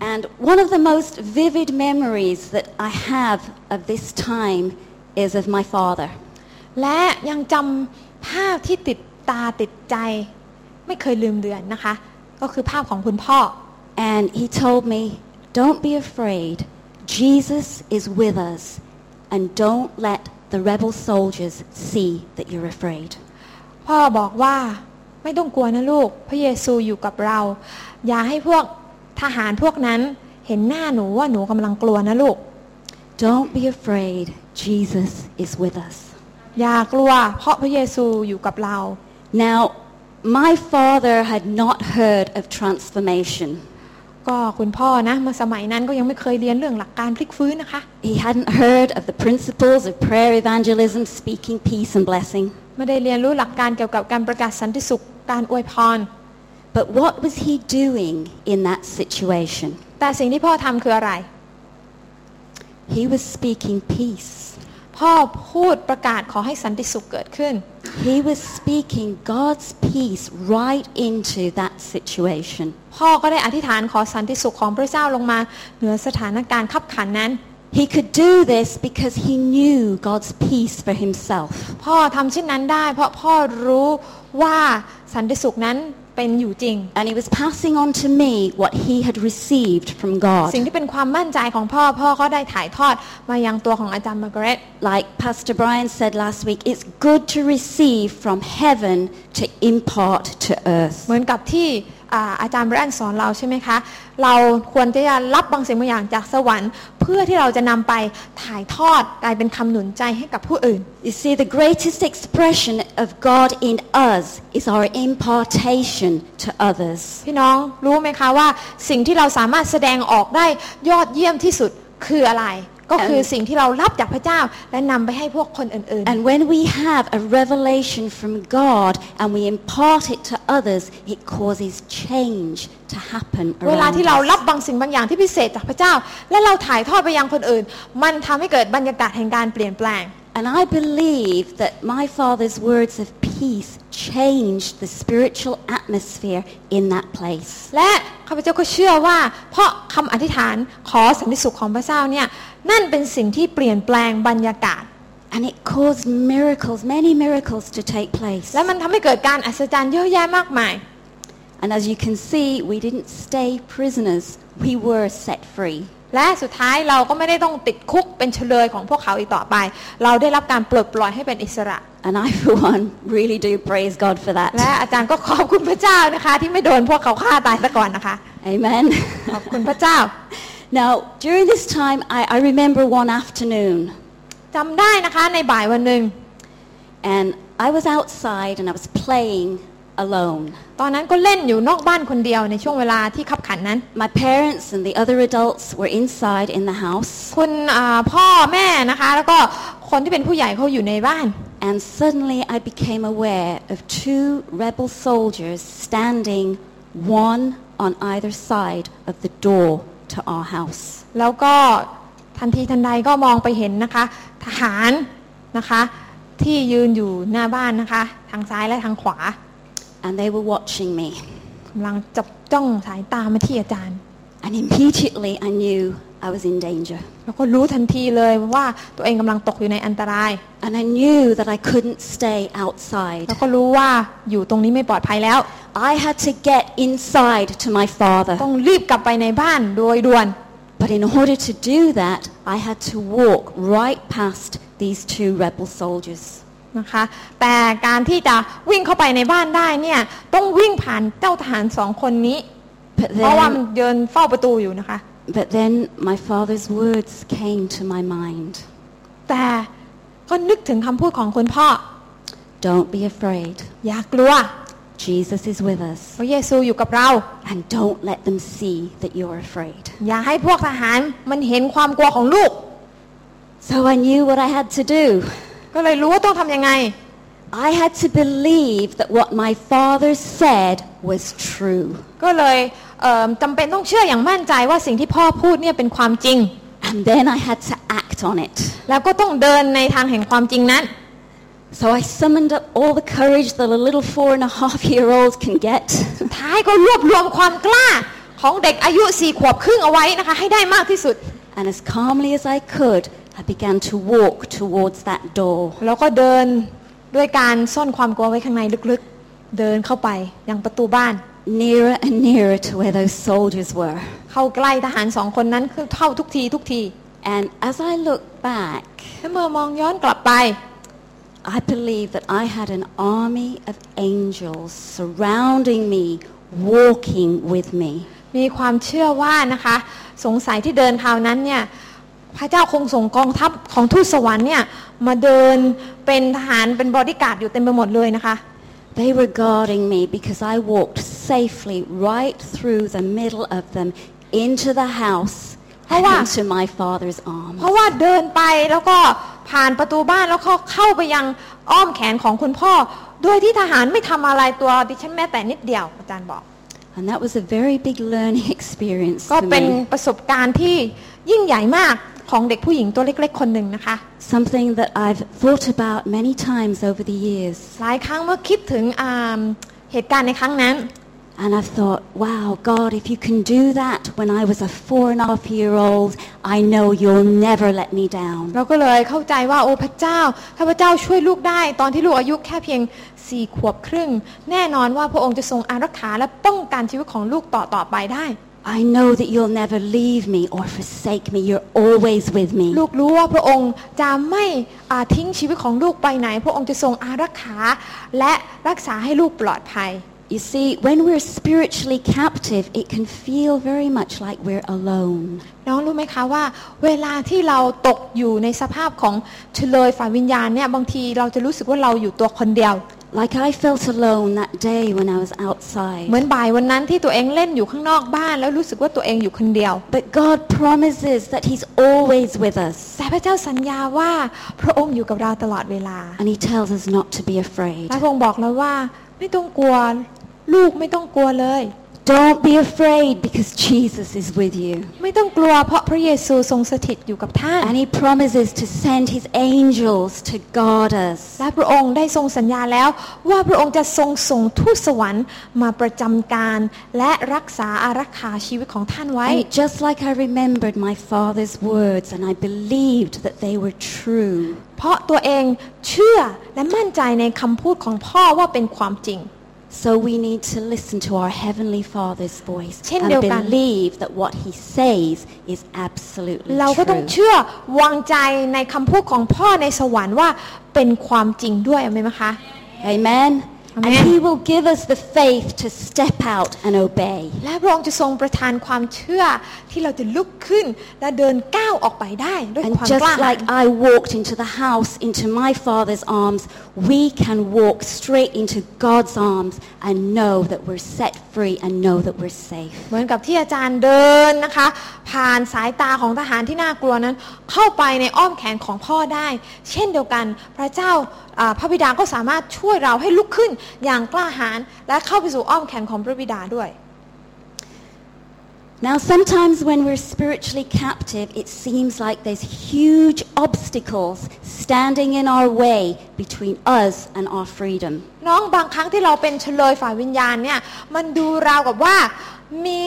And one of the most vivid memories that I have of this time is of my father.
และยังจำภาพที่ติดตาติดใจ ไม่เคยลืมเดือนนะคะ ก็คือภาพของคุณพ่อ
And he told me, Don't be afraid. Jesus is with us. And don't let the rebel soldiers see that you're afraid.
พ่อบอกว่าไม่ต้องกลัวนะลูก พระเยซูอยู่กับเรา อย่าให้พวกทหารพวกนั้นเห็นหน้าหนูว่าหนูกำลังกลัวนะลูก
Don't be afraid. Jesus is with us.
อย่ากลัว เพราะพระเยซูอยู่กับเรา
Now, my father had not heard of transformation.
ก็คุณพ่อนะเมื่อสมัยนั้นก็ยังไม่เคยเรียนเรื่องหลักการพลิกฟื้นนะคะ
He hadn't heard of the principles of prayer evangelism, speaking peace and blessing.
ไม่ได้เรียนรู้หลักการเกี่ยวกับการประกาศสันติสุขการอวยพร
But what was he doing in that situation?
แต่สิ่งที่พ่อทำคืออะไร
He was speaking peace.
พ่อพูดประกาศขอให้สันติสุขเกิดขึ้น
He was speaking God's peace right into that situation.
พ่อก็ได้อธิษฐานขอสันติสุขของพระเจ้าลงมาเหนือสถานการณ์ขับขันนั้น
He could do this because he knew God's peace for himself.
พ่อทำเช่นนั้นได้ เพราะพ่อรู้ว่าสันติสุขนั้นเป็นอยู่จริง
And he was passing on to me what he had received from God.
สิ่งที่เป็นความมั่นใจของพ่อ พ่อก็ได้ถ่ายทอดมายังตัวของอาจารย์มาร์กาเร็ต
Like Pastor Brian said last week, it's good to receive from heaven to impart to earth.
เหมือนกับที่อ่าอาจารย์ไบรอันสอนเราใช่ไหมคะ เราควรจะรับบางสิ่งบางอย่างจากสวรรค์ เพื่อที่เราจะนำไปถ่ายทอดกลายเป็นคำหนุนใจให้กับผู้อื่น
You see, the greatest expression of God in us is our impartation to others.
พี่น้องรู้ไหมคะว่าสิ่งที่เราสามารถแสดงออกได้ยอดเยี่ยมที่สุดคืออะไร ก็คือสิ่งที่เรารับจากพระเจ้าและนำไปให้พวกคนอื่น
And when we have a revelation from God and we impart it to others, it causes change to happen
ๆ เวลา
around
ที่เรา
us.
รับบางสิ่งบางอย่างที่พิเศษจากพระเจ้า และเราถ่ายทอดไปยังคนอื่น มันทำให้เกิดบรรยากาศแห่งการเปลี่ยนแปลง
And I believe that my father's words of peace changed the spiritual atmosphere in that place.
และข้าพเจ้าก็เชื่อว่า เพราะคำอธิษฐานขอสันติสุขของพระเจ้าเนี่ยนั่นเป็นสิ่งที่เปลี่ยนแปลงบรรยากาศ
And it caused miracles, many miracles to take place.
และมันทำให้เกิดการอัศจรรย์เยอะแยะมากมาย
And as you can see, we didn't stay prisoners. We were set free.
และสุดท้ายเราก็ไม่ได้ต้องติดคุกเป็นเฉลยของพวกเขาอีกต่อไป เราได้รับการปลดปล่อยให้เป็นอิสระ
And I, for one, really do praise God for
และ
that.
อาจารย์ก็ขอบคุณพระเจ้านะคะ ที่ไม่โดนพวกเขาฆ่าตายซะก่อนนะคะ
Amen.
ขอบคุณพระเจ้า
Now, during this time, I, I remember one afternoon,
จำได้นะคะในบ่ายวันหนึ่ง
and I was outside and I was playing alone.
ตอนนั้นก็เล่นอยู่นอกบ้านคนเดียวในช่วงเวลาที่ขับขันนั้น
My parents and the other adults were inside in the house,
คุณอ่าพ่อแม่นะคะ แล้วก็คนที่เป็นผู้ใหญ่เขาอยู่ในบ้าน
and suddenly I became aware of two rebel soldiers standing, one on either side of the door to our house.
แล้วก็ทันทีทันใดก็มองไปเห็นนะคะ ทหารนะคะ ที่ยืนอยู่หน้าบ้านนะคะ ทางซ้ายและทางขวา
And they were watching me.
กำลังจับจ้องสายตามาที่อาจารย์
And immediately I knew I was in danger.
แล้วก็รู้ทันทีเลยว่าตัวเองกำลังตกอยู่ในอันตราย
And I knew that I couldn't stay outside.
แล้วก็รู้ว่าอยู่ตรงนี้ไม่ปลอดภัยแล้ว
I had to get inside to my father.
ต้องรีบกลับไปในบ้านโดยด่วน
But in order to do that, I had to walk right past these two rebel soldiers.
นะคะ แต่การที่จะวิ่งเข้าไปในบ้านได้เนี่ยต้องวิ่งผ่านเจ้าทหารสองคนนี้
But
เพราะว่ามัน
then,
เดินเฝ้าประตูอยู่นะคะ
but then my father's words came to my mind.
แต่ก็นึกถึงคำพูดของคุณพ่อ
Don't be afraid.
อย่ากลัว
Jesus is with us.
พระเยซูอยู่กับเรา
And don't let them see that you're afraid.
อย่าให้พวกทหารมันเห็นความกลัวของลูก
So I knew what I had to do.
ก็เลยรู้ว่าต้องทำยังไง
I had to believe that what my father said was true.
ก็เลยเอิ่มจำเป็นต้องเชื่ออย่างมั่นใจว่าสิ่งที่พ่อพูดเนี่ยเป็นความจริง
And then I had to act on it.
แล้วก็ต้องเดินในทางแห่งความจริงนั้น
So I summoned up all the courage that a little four and a half year old can get.
ท้ายก็รวบรวมความกล้าของเด็กอายุสี่ขวบครึ่งเอาไว้นะคะ ให้ได้มากที่สุด
And as calmly as I could, I began to walk towards that door.
แล้วก็เดินด้วยการซ่อนความกลัวไว้ข้างในลึกๆ เดินเข้าไปยังประตูบ้าน
nearer and nearer to where those soldiers were.
เข้าใกล้ทหารสองคนนั้นคือเข้าทุกทีทุกที
And as I look back,
แล้วเมื่อมองย้อนกลับไป
I believe that I had an army of angels surrounding me, walking with me.
มีความเชื่อว่านะคะ สงสัยที่เดินคราวนั้นเนี่ยพระเจ้าคงส่งกองทัพของทูตสวรรค์เนี่ยมาเดินเป็นทหารเป็นบอดี้การ์ดอยู่เต็มไปหมดเลยนะคะ
They were guarding me because I walked safely right through the middle of them into the house
Oh,
and
wow.
into my father's
เพ
arms.
ราะว่าเดินไปแล้วก็ผ่านประตูบ้านแล้วก็เข้าไปยังอ้อมแขนของคุณพ่อ โดยที่ทหารไม่ทำอะไรตัวดิฉันแม้แต่นิดเดียวอาจารย์บอก
And that was a very big learning experience
ก็
for
เป็น
me.
ประสบการณ์ที่ยิ่งใหญ่มากของเด็กผู้หญิงตัวเล็ก ๆ คนหนึ่งนะคะ
Something that I've thought about many times over the years.
หลายครั้งเมื่อคิดถึงอ่าเหตุการณ์ในครั้งนั้น
And I've thought, wow, God, if you can do that when I was a four and a half year old, I know you'll never let me down.
เราก็เลยเข้าใจว่าโอ้พระเจ้าถ้าพระเจ้าช่วยลูกได้ ตอนที่ลูกอายุแค่เพียงสี่ขวบครึ่ง แน่นอนว่าพระองค์จะทรงอารักขาและป้องกันชีวิตของลูกต่อต่อไปได้
I know that you'll never leave me or forsake me. You're always with me.
ลูกรู้ว่าพระองค์จะไม่อ่าทิ้งชีวิตของลูกไปไหน พระองค์จะทรงอารักขาและรักษาให้ลูกปลอดภัย
You see, when we're spiritually captive, it can feel very much like we're alone.
น้องรู้ไหมคะว่า เวลาที่เราตกอยู่ในสภาพของเฉลยฝ่ายวิญญาณเนี่ยบางทีเราจะรู้สึกว่าเราอยู่ตัวคนเดียว
Like I felt alone that day when I was
เหมื
outside.
อนบ่ายวันนั้นที่ตัวเองเล่นอยู่ข้างนอกบ้านแล้วรู้สึกว่าตัวเองอยู่คนเดียว
But God promises that He's always with us.
แต่พระเจ้าสัญญาว่าพระองค์อยู่กับเราตลอดเวลา
And He tells us not to be afraid.
และพระองค์บอกเราว่าไม่ต้องกลัว ลูกไม่ต้องกลัวเลย
Don't be afraid because Jesus is with you.
ไม่ต้องกลัวเพราะพระเยซูทรงสถิตอยู่กับท่าน
And He promises to send His angels to guard us.
และพระองค์ได้ทรงสัญญาแล้ว ว่าพระองค์จะทรงส่งทูตสวรรค์มาประจำการ และรักษาอารักขาชีวิตของท่านไว้
And just like I remembered my father's words and I believed that they were true,
เพราะตัวเองเชื่อและมั่นใจในคำพูดของพ่อว่าเป็นความจริง
so we need to listen to our heavenly father's voice
เช่น
and
เดียวกัน
believe that what he says is absolutely
เราก็ต้อง
true.
เชื่อวางใจในคำพูดของพ่อในสวรรค์ว่าเป็นความจริงด้วยเอาไหมไหมคะ
Amen. And
Amen.
he will give us the faith to step out and obey.
และพระองค์จะทรงประทานความเชื่อที่เราจะลุกขึ้นและเดินก้าวออกไปได้ด้วย
And
ความกล้าหา
just
ญ
like I walked into the house, into my father's arms, we can walk straight into God's arms and know that we're set free and know that we're safe.
เหมือนกับที่อาจารย์เดินนะคะ ผ่านสายตาของทหารที่น่ากลัวนั้น เข้าไปในอ้อมแขนของพ่อได้ เช่นเดียวกันพระเจ้าอ่าพระบิดาก็สามารถช่วยเราให้ลุกขึ้นอย่างกล้าหาญและเข้าไปสู่อ้อมแขนของพระบิดาด้วย
Now, sometimes when we're spiritually captive, it seems like there's huge obstacles standing in our way between us and our freedom.
น้องบางครั้งที่เราเป็นเฉลยฝ่ายวิญญาณเนี่ยมันดูราวกับว่ามี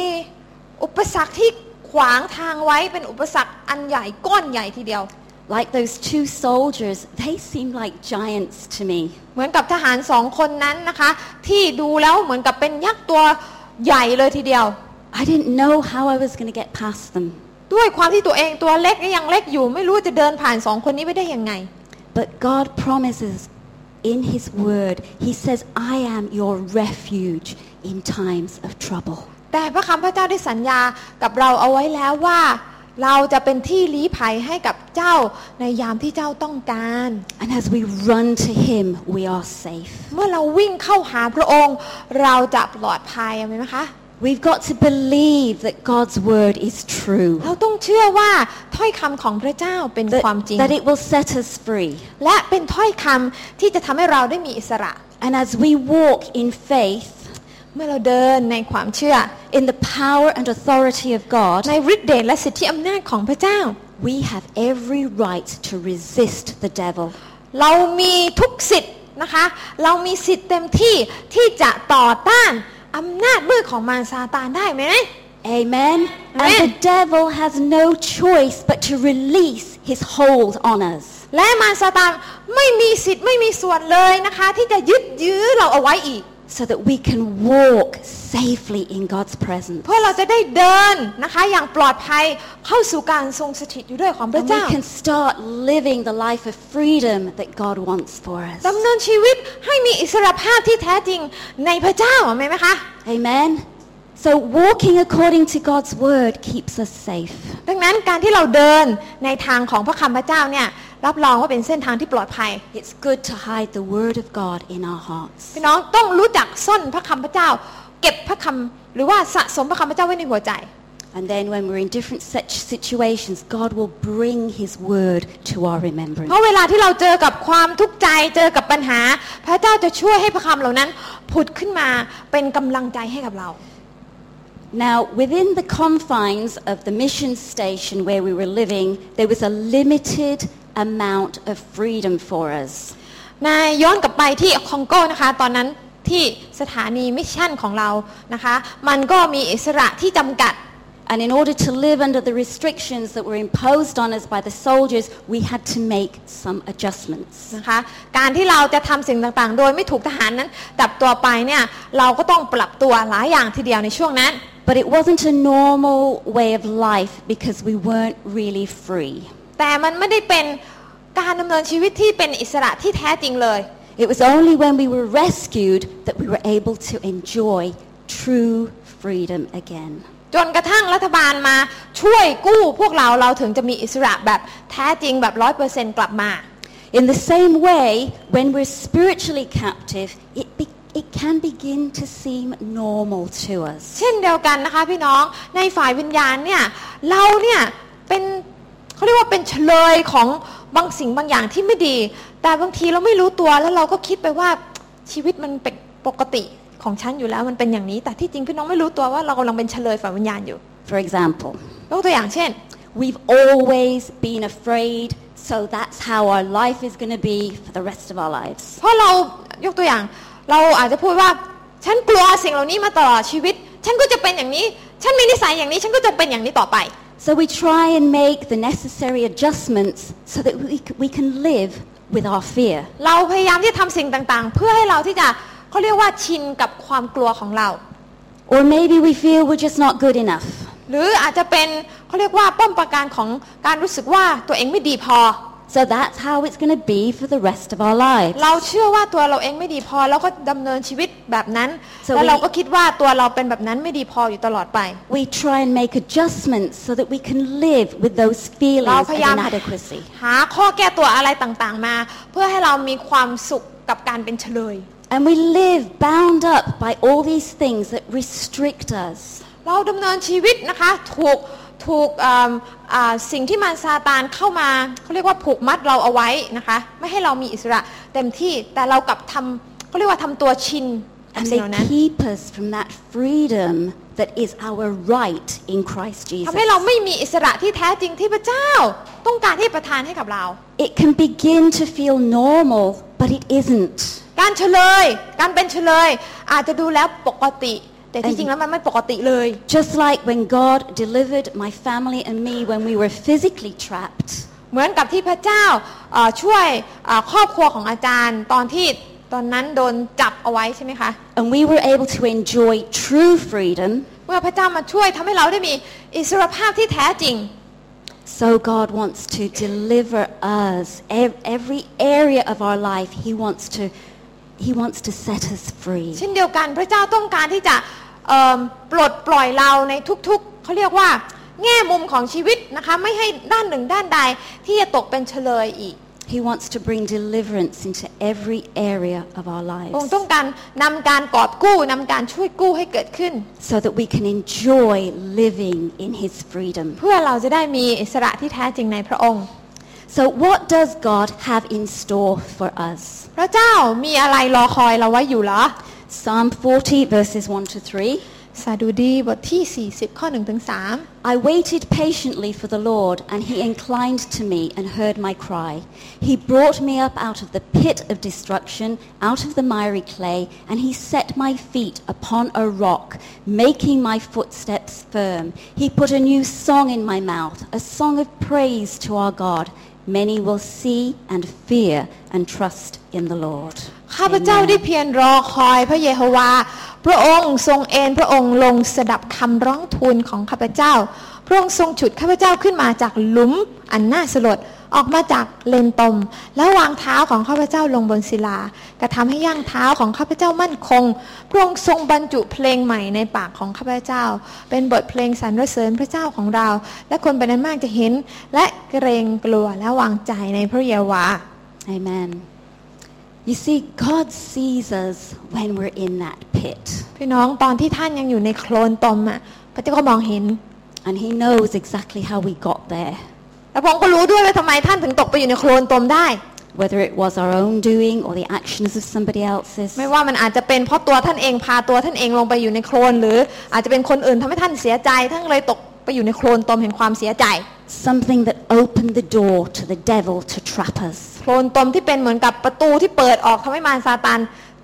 อุปสรรคที่ขวางทางไว้เป็นอุปสรรคอันใหญ่ก้อนใหญ่ทีเดียว
Like those two soldiers, they seem like giants to me.
เหมือนกับทหารสองคนนั้นนะคะ ที่ดูแล้วเหมือนกับเป็นยักษ์ตัวใหญ่เลยทีเดียว
I didn't know how I was going to get past them.
ด้วยความที่ตัวเองตัวเล็กและยังเล็กอยู่ ไม่รู้จะเดินผ่านสองคนนี้ไปได้ยังไง
But God promises in His Word, He says, I am your refuge in times of trouble.
แต่พระคำพระเจ้าได้สัญญากับเราเอาไว้แล้วว่า เราจะเป็นที่ลี้ภัยให้กับเจ้าในยามที่เจ้าต้องการ
And as we run to Him, we are safe.
เมื่อเราวิ่งเข้าหาพระองค์ เราจะปลอดภัยเอาไหมนะคะ
We've got to believe that God's Word is true,
เราต้องเชื่อว่าถ้อยคำของพระเจ้าเป็นความ
that,
จริง
that it will set us free.
และเป็นถ้อยคำที่จะทำให้เราได้มีอิสระ
And as we walk in faith,
เมื่อเราเดินในความเชื่อ
in the power and authority of God,
ในฤทธิ์เดชและสิทธิอำนาจของพระเจ้า
we have every right to resist the devil.
เรามีทุกสิทธิ์นะคะ เรามีสิทธิ์เต็มที่ที่จะต่อต้านอำนาจมืดของมารซาตานได้ไหม
Amen.
Amen.
And the devil has no choice but to release his hold on us.
และมารซาตานไม่มีสิทธิ์ไม่มีส่วนเลยนะคะ ที่จะยึดยื้อเราเอาไว้อีก
so that we can walk safely in God's presence.
เพื่อเราจะได้เดินนะคะอย่างปลอดภัยเข้าสู่การทรงสถิตอยู่ด้วยของพระ
And we
เจ้า
can start living the life of freedom that God wants for us.
ดำเนินชีวิตให้มีอิสรภาพที่แท้จริงในพระเจ้าอาเมนไหมคะ
Amen. So walking according to God's word keeps us safe.
ดังนั้นการที่เราเดินในทางของพระคำพระเจ้าเนี่ยรับรองว่าเป็นเส้นทางที่ปลอดภัย
It's good to hide the word of God in our hearts.
พี่น้องต้องรู้จักซ่อนพระคำพระเจ้า เก็บพระคำหรือว่าสะสมพระคำพระเจ้าไว้ในหัวใจ
And then when we're in different such situations, God will bring his word to our remembrance.
เพราะเวลาที่เราเจอกับความทุกข์ใจเจอกับปัญหา พระเจ้าจะช่วยให้พระคำเหล่านั้นผุดขึ้นมาเป็นกำลังใจให้กับเรา
Now, within the confines of the mission station where we were living, there was a limited amount of freedom for us.
นายย้อนกลับไปที่คองโก้นะคะ ตอนนั้นที่สถานีมิชชั่นของเรานะคะ มันก็มีอิสระที่จำกัด
And in order to live under the restrictions that were imposed on us by the soldiers, we had to make some adjustments.
นะคะการที่เราจะทำสิ่งต่างๆ โดยไม่ถูกทหารนั้นจับตัวไปเนี่ยเราก็ต้องปรับตัวหลายอย่างทีเดียวในช่วงนั้น
But it wasn't a normal way of life because we weren't really free.
แต่มันไม่ได้เป็นการดำเนินชีวิตที่เป็นอิสระที่แท้จริงเลย
It was only when we were rescued that we were able to enjoy true freedom again.
จนกระทั่งรัฐบาลมาช่วยกู้พวกเราเราถึงจะมีอิสระแบบแท้จริงแบบร้อยเปอร์เซนต์กลับมา
In the same way, when we're spiritually captive, it, be, it can begin to seem normal to us.
เช่นเดียวกันนะคะพี่น้องในฝ่ายวิญญาณเนี่ยเราเนี่ยเป็นเขาเรียกว่าเป็นเฉลยของบางสิ่งบางอย่างที่ไม่ดี แต่บางทีเราไม่รู้ตัวแล้วเราก็คิดไปว่าชีวิตมันเป็นปกติของฉันอยู่แล้วมันเป็นอย่างนี้ แต่ที่จริงพี่น้องไม่รู้ตัวว่าเรากำลังเป็นเฉลยฝ่ายวิญญาณอยู่
For example,
ยกตัวอย่างเช่น
we've always been afraid, so that's how our life is going to be for the rest of our lives.
เพราะเรายกตัวอย่าง เราอาจจะพูดว่าฉันกลัวสิ่งเหล่านี้มาตลอดชีวิต ฉันก็จะเป็นอย่างนี้ ฉันมีนิสัยอย่างนี้ ฉันก็จะเป็นอย่างนี้ต่อไป
So we try and make the necessary adjustments so that we, c- we can live with our fear.
เราพยายามที่จะทำสิ่งต่างๆ เพื่อให้เราที่จะเขาเรียกว่าชินกับความกลัวของเรา
Or maybe we feel we're just not good enough.
หรืออาจจะเป็นเขาเรียกว่าป้อมปราการของการรู้สึกว่าตัวเองไม่ดีพอ
So that's how it's going to be for the rest of our lives.
เราเชื่อว่าตัวเราเองไม่ดีพอเราก็ดำเนินชีวิตแบบนั้น
So
แล้วเรา
we-
ก็คิดว่าตัวเราเป็นแบบนั้นไม่ดีพออยู่ตลอดไป
We try and make adjustments so that we can live with those
เรา
feelings of
พยายาม
inadequacy.
หาข้อแก้ตัวอะไรต่างๆมา เพื่อให้เรามีความสุขกับการเป็นเฉลย
And we live bound up by all these things that restrict us.
เราดำเนินชีวิตนะคะถูกถูกเอิ่มอ่าสิ่งที่มันซาตานเข้ามาเขาเรียกว่าผูกมัดเราเอาไว้นะคะ ไม่ให้เรามีอิสระเต็มที่แต่เรากลับทำเขาเรียกว่าทำตัวชินกับ
And
สิ่งเหล่านั้
they
น
keep us from that freedom that is our right in Christ
ทำให้เรา
Jesus.
ไม่มีอิสระที่แท้จริงที่พระเจ้า ต้องการที่ประทานให้กับเรา
It can begin to feel normal, but it isn't.
การเฉลย การเป็นเฉลย อาจจะดูแล้วปกติ แต่ที่จริงแล้วมันไม่ปกติเลย
Just like when God delivered my family and me when we were physically trapped.
เหมือนกับที่พระเจ้าเอ่อช่วยเอ่อครอบครัวของอาจารย์ตอนที่ตอนนั้นโดนจับเอาไว้ใช่ไหมคะ
And we were able to enjoy true freedom.
เมื่อพระเจ้ามาช่วยทำให้เราได้มีอิสรภาพที่แท้จริง
So God wants to deliver us ev- every area of our life. He wants to he wants to set us free.
เช่นเดียวกันพระเจ้าต้องการที่จะเอิ่มปลดปล่อยเราในทุกๆเขาเรียกว่า แง่มุมของชีวิตนะคะ ไม่ให้ด้านหนึ่งด้านใดที่จะตกเป็นเฉลยอีก
He wants to bring deliverance into every area of our
องค์
lives
ต้องการนำการกอบกู้นำการช่วยกู้ให้เกิดขึ้น
so that we can enjoy living in his freedom.
เพื่อเราจะได้มีอิสระที่แท้จริงในพระองค์
So what does God have in store for us?
พระเจ้ามีอะไรรอคอยเราไว้อยู่เหรอ
Psalm 40 verses 1 to 3.
สาดูดีบทที่ 40 ข้อ1ถึง3
I waited patiently for the Lord, and he inclined to me and heard my cry. He brought me up out of the pit of destruction, out of the miry clay, and he set my feet upon a rock, making my footsteps firm. He put a new song in my mouth, a song of praise to our God. many will see and fear and trust in the Lord.
ข้าพเจ้าได้
Amen.
เพียรรอคอยพระเยโฮวาห์พระองค์ทรงเอนพระองค์ลงสดับคำร้องทูลของข้าพเจ้า พระองค์ทรงฉุดข้าพเจ้าขึ้นมาจากหลุมอันน่าสลดออกมาจากเลนตม และวางเท้าของข้าพเจ้าลงบนศิลากระทำให้ย่างเท้าของข้าพเจ้ามั่นคง พระองค์ทรงบรรจุเพลงใหม่ในปากของข้าพเจ้า เป็นบทเพลงสรรเสริญพระเจ้าของเรา และคนเป็นนั้นมากจะเห็น และเกรงกลัวและวางใจในพระเยโฮวาห์
Amen. You see, God sees us when we're in that pit,
พี่น้องตอนที่ท่านยังอยู่ในโคลนตมอ่ะพระเจ้าก็มองเห็น
and He knows exactly how we got there.
แล้วผมก็รู้ด้วยว่าทำไมท่านถึงตกไปอยู่ในโคลนตมได้
Whether it was our own doing or the actions of somebody else's,
ไม่ว่ามันอาจจะเป็นเพราะตัวท่านเองพาตัวท่านเองลงไปอยู่ในโคลนหรืออาจจะเป็นคนอื่นทำให้ท่านเสียใจท่านเลยตกไปอยู่ในโคลนตมแห่งความเสียใจ
something that opened the door to the devil to trap us.
โคลนตมที่เป็นเหมือนกับประตูที่เปิดออกทำให้มารซาตาน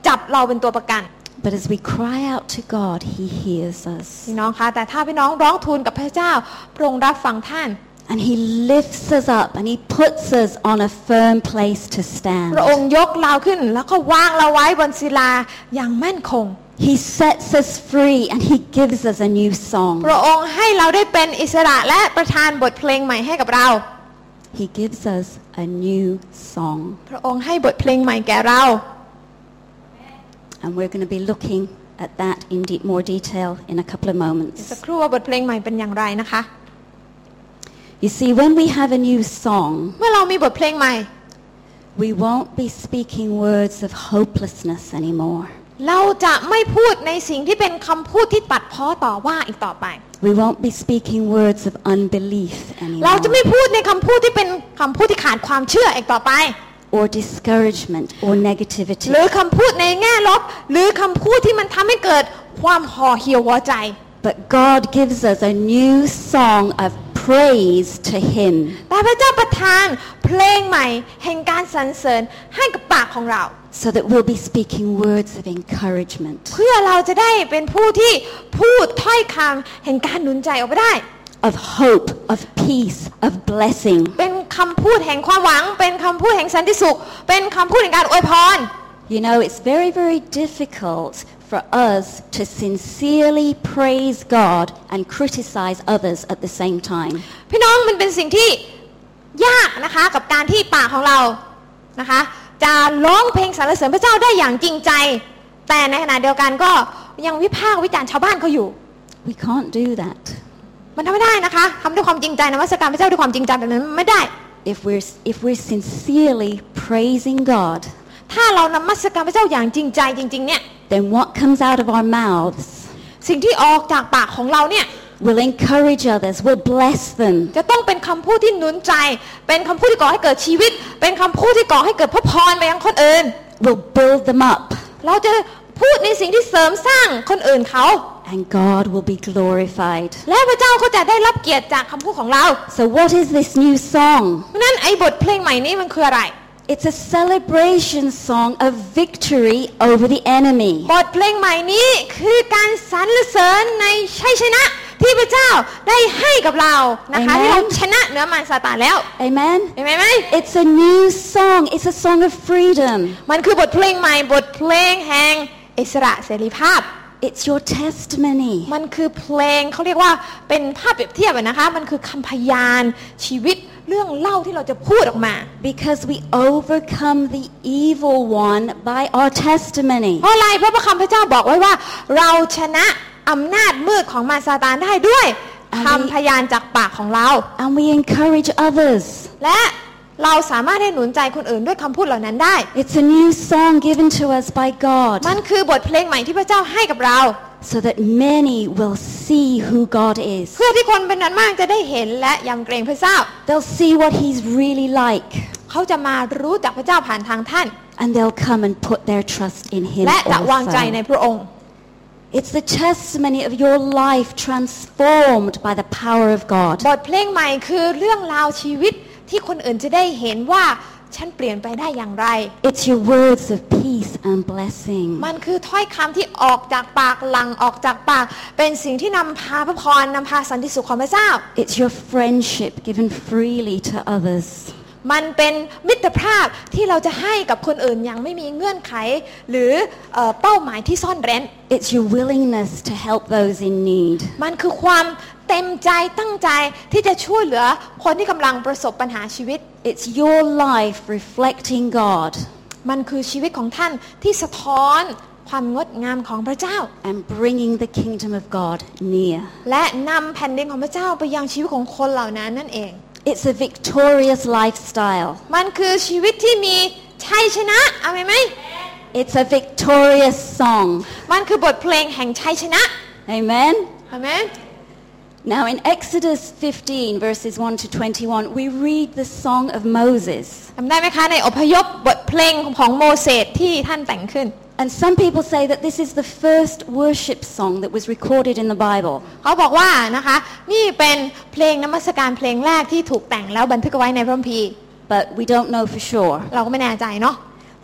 จับเราเป็นตัวประกัน
But as we cry out to God, He hears us.
พี่น้องคะแต่ถ้าพี่น้องร้องทูลกับพระเจ้าพระองค์รับฟังท่าน
And he lifts us up and he puts us on a firm place to
พระองค์
stand.
ยกเราขึ้น แล้วก็วางเราไว้บนศิลาอย่างมั่นคง
He sets us free and he gives us a new
พ
song.
ระองค์ให้เราได้เป็นอิสระและประทานบทเพลงใหม่ให้กับเรา
He gives us a new song.
พระองค์ให้บทเพลงใหม่แก่เรา
And we're going to be looking at that in de- more detail in a couple of
สัก
moments.
ครู่ว่าบทเพลงใหม่เป็นอย่างไรนะคะ
You see, when we have a new song,
เมื่อเรามีบทเพลงใหม่
we won't be speaking words of hopelessness anymore.
เราจะไม่พูดในสิ่งที่เป็นคำพูดที่ตัดเพ้อต่อว่าอีกต่อไป
We won't be speaking words of unbelief
เราจะไม่
anymore,
พูดในคำพูดที่เป็นคำพูดที่ขาดความเชื่ออีกต่อไป
or discouragement,
หรื
or
อ
negativity.
คำพูดในแง่ลบ หรือคำพูดที่มันทำให้เกิดความห่อเหี่ยววอใจ
But God gives us a new song of praise to Him.
แต่พระเจ้าประทานเพลงใหม่ แห่งการสรรเสริญให้กับปากของเรา
So that we'll be speaking words of encouragement,
เพื่อเราจะได้เป็นผู้ที่พูดถ้อยคำแห่งการหนุนใจออกไปได้
of hope, of peace, of blessing.
เป็นคำพูดแห่งความหวัง เป็นคำพูดแห่งสันติสุข เป็นคำพูดแห่งการอวยพร
You know, it's very, very difficult for us to sincerely praise God and criticize others at the same time.
พี่น้องมันเป็นสิ่งที่ยากนะคะกับการที่ปากของเรานะคะ จะร้องเพลงสรรเสริญพระเจ้าได้อย่างจริงใจ แต่ในขณะเดียวกันก็ยังวิพากษ์วิจารณ์ชาวบ้านเขาอยู่
We can't do that.
มันทำไม่ได้นะคะทำด้วยความจริงใจนมัสการพระเจ้าด้วยความจริงใจแบบนั้นไม่ได้
If we're, if we're sincerely praising God,
ถ้าเรานมัสการพระเจ้าอย่างจริงใจจริง ๆเนี่ย
then what comes out of our mouths
สิ่งที่ออกจากปากของเราเนี่ย
will encourage others, will bless them.
จะต้องเป็นคำพูดที่หนุนใจ เป็นคำพูดที่ก่อให้เกิดชีวิต เป็นคำพูดที่ก่อให้เกิดพระพรไปยังคนอื่น
will build them up
เราจะพูดในสิ่งที่เสริมสร้างคนอื่นเขา
and God will be glorified.
และพระเจ้าก็จะได้รับเกียรติจากคำพูดของเรา
So what is this new song?
เพราะฉะนั้นไอ้บทเพลงใหม่นี้มันคืออะไร
It's a celebration song of victory over the enemy.
บทเพลงใหม่นี้คือการสรรเสริญในชัยชนะที่พระเจ้าได้ให้กับเรานะคะ
Amen
ที่เราชนะเหนือมารซาตานแล้ว
Amen?
เห็นไหมไหม
It's a new song. It's a song of freedom.
มันคือบทเพลงใหม่บทเพลงแห่งอิสระเสรีภาพ
It's your testimony.
มันคือเพลงเขาเรียกว่าเป็นภาพเปรียบเทียบอะนะคะ มันคือคำพยานชีวิตเรื่องเล่าที่เราจะพูดออกมา
Because we overcome the evil one by our testimony.
เพราะอะไรเพราะพระคำพระเจ้าบอกไว้ว่า เราชนะอำนาจมืดของมารซาตานได้ด้วย
อันนี้
คำพยานจากปากของเรา
And we encourage others.
และเราสามารถได้หนุนใจคนอื่นด้วยคำพูดเหล่านั้นได้
It's a new song given to us by God
มันคือบทเพลงใหม่ที่พระเจ้าให้กับเรา
so that many will see who God is.
เพื่อที่คนเป็นนั้นมากจะได้เห็นและยำเกรงพระเจ้า
They'll see what he's really like
เขาจะมารู้จักพระเจ้าผ่านทางท่าน
and they'll come and put their trust in him
และจะวางใจใน
also.
พระองค์
It's the testimony of your life transformed by the power of God.
บทเพลงใหม่คือเรื่องราวชีวิตที่คนอื่นจะได้เห็นว่าฉันเปลี่ยนไปได้อย่างไร
It's your words of peace and blessing.
มันคือถ้อยคำที่ออกจากปากหลังออกจากปาก เป็นสิ่งที่นำพาพระพรนำพาสันติสุขของพระเจ้า
It's your friendship given freely to others.
มันเป็นมิตรภาพที่เราจะให้กับคนอื่นอย่างไม่มีเงื่อนไข หรือเอ่อเป้าหมายที่ซ่อนเร้น
It's your willingness to help those in need.
มันคือความเต็มใจตั้งใจที่จะช่วยเหลือคนที่กำลังประสบปัญหาชีวิต
It's your life reflecting God
มันคือชีวิตของท่านที่สะท้อนความงดงามของพระเจ้า
and bringing the kingdom of God near.
และนำแผ่นดินของพระเจ้าไปยังชีวิตของคนเหล่านั้นนั่นเอง
It's a victorious lifestyle.
มันคือชีวิตที่มีชัยชนะเอาไหมนไหม
It's a victorious song.
มันคือบทเพลงแห่งชัยชนะ
Amen.
เอาไหม
Now in Exodus 15 verses 1 to 21, we read the song of Moses.
จำได้ไหมคะในอพยพบทเพลงของโมเสสที่ท่านแต่งขึ้น
And some people say that this is the first worship song that was recorded in the Bible.
เขาบอกว่านะคะนี่เป็นเพลงนมัสการเพลงแรกที่ถูกแต่งแล้วบันทึกเอาไว้ในพระคัมภีร์
But we don't know for sure.
เราก็ไม่แน่ใจเนาะ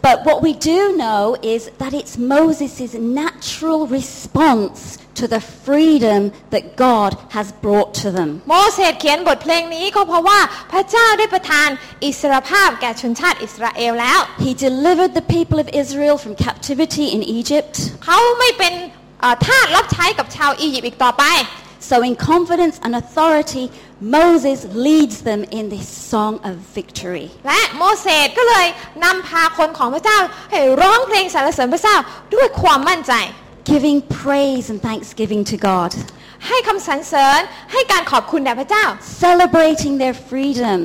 But what we do know is that it's Moses' natural response to the freedom that God has brought to them.
โมเสสเขียนบทเพลงนี้ก็เพราะว่าพระเจ้าได้ประทานอิสรภาพแก่ชนชาติอิสราเอลแล้ว
He delivered the people of Israel from captivity in Egypt.
เขาไม่เป็นเอ่อทาสรับใช้กับชาวอียิปต์อีกต่อไป
So in confidence and authority, Moses leads them in this song of victory.
และโมเสสก็เลยนำพาคนของพระเจ้าให้ร้องเพลงสรรเสริญพระเจ้าด้วยความมั่นใจ
Giving praise and thanksgiving to God.
ให้คำสรรเสริญให้การขอบคุณแด่พระเจ้า
Celebrating their freedom.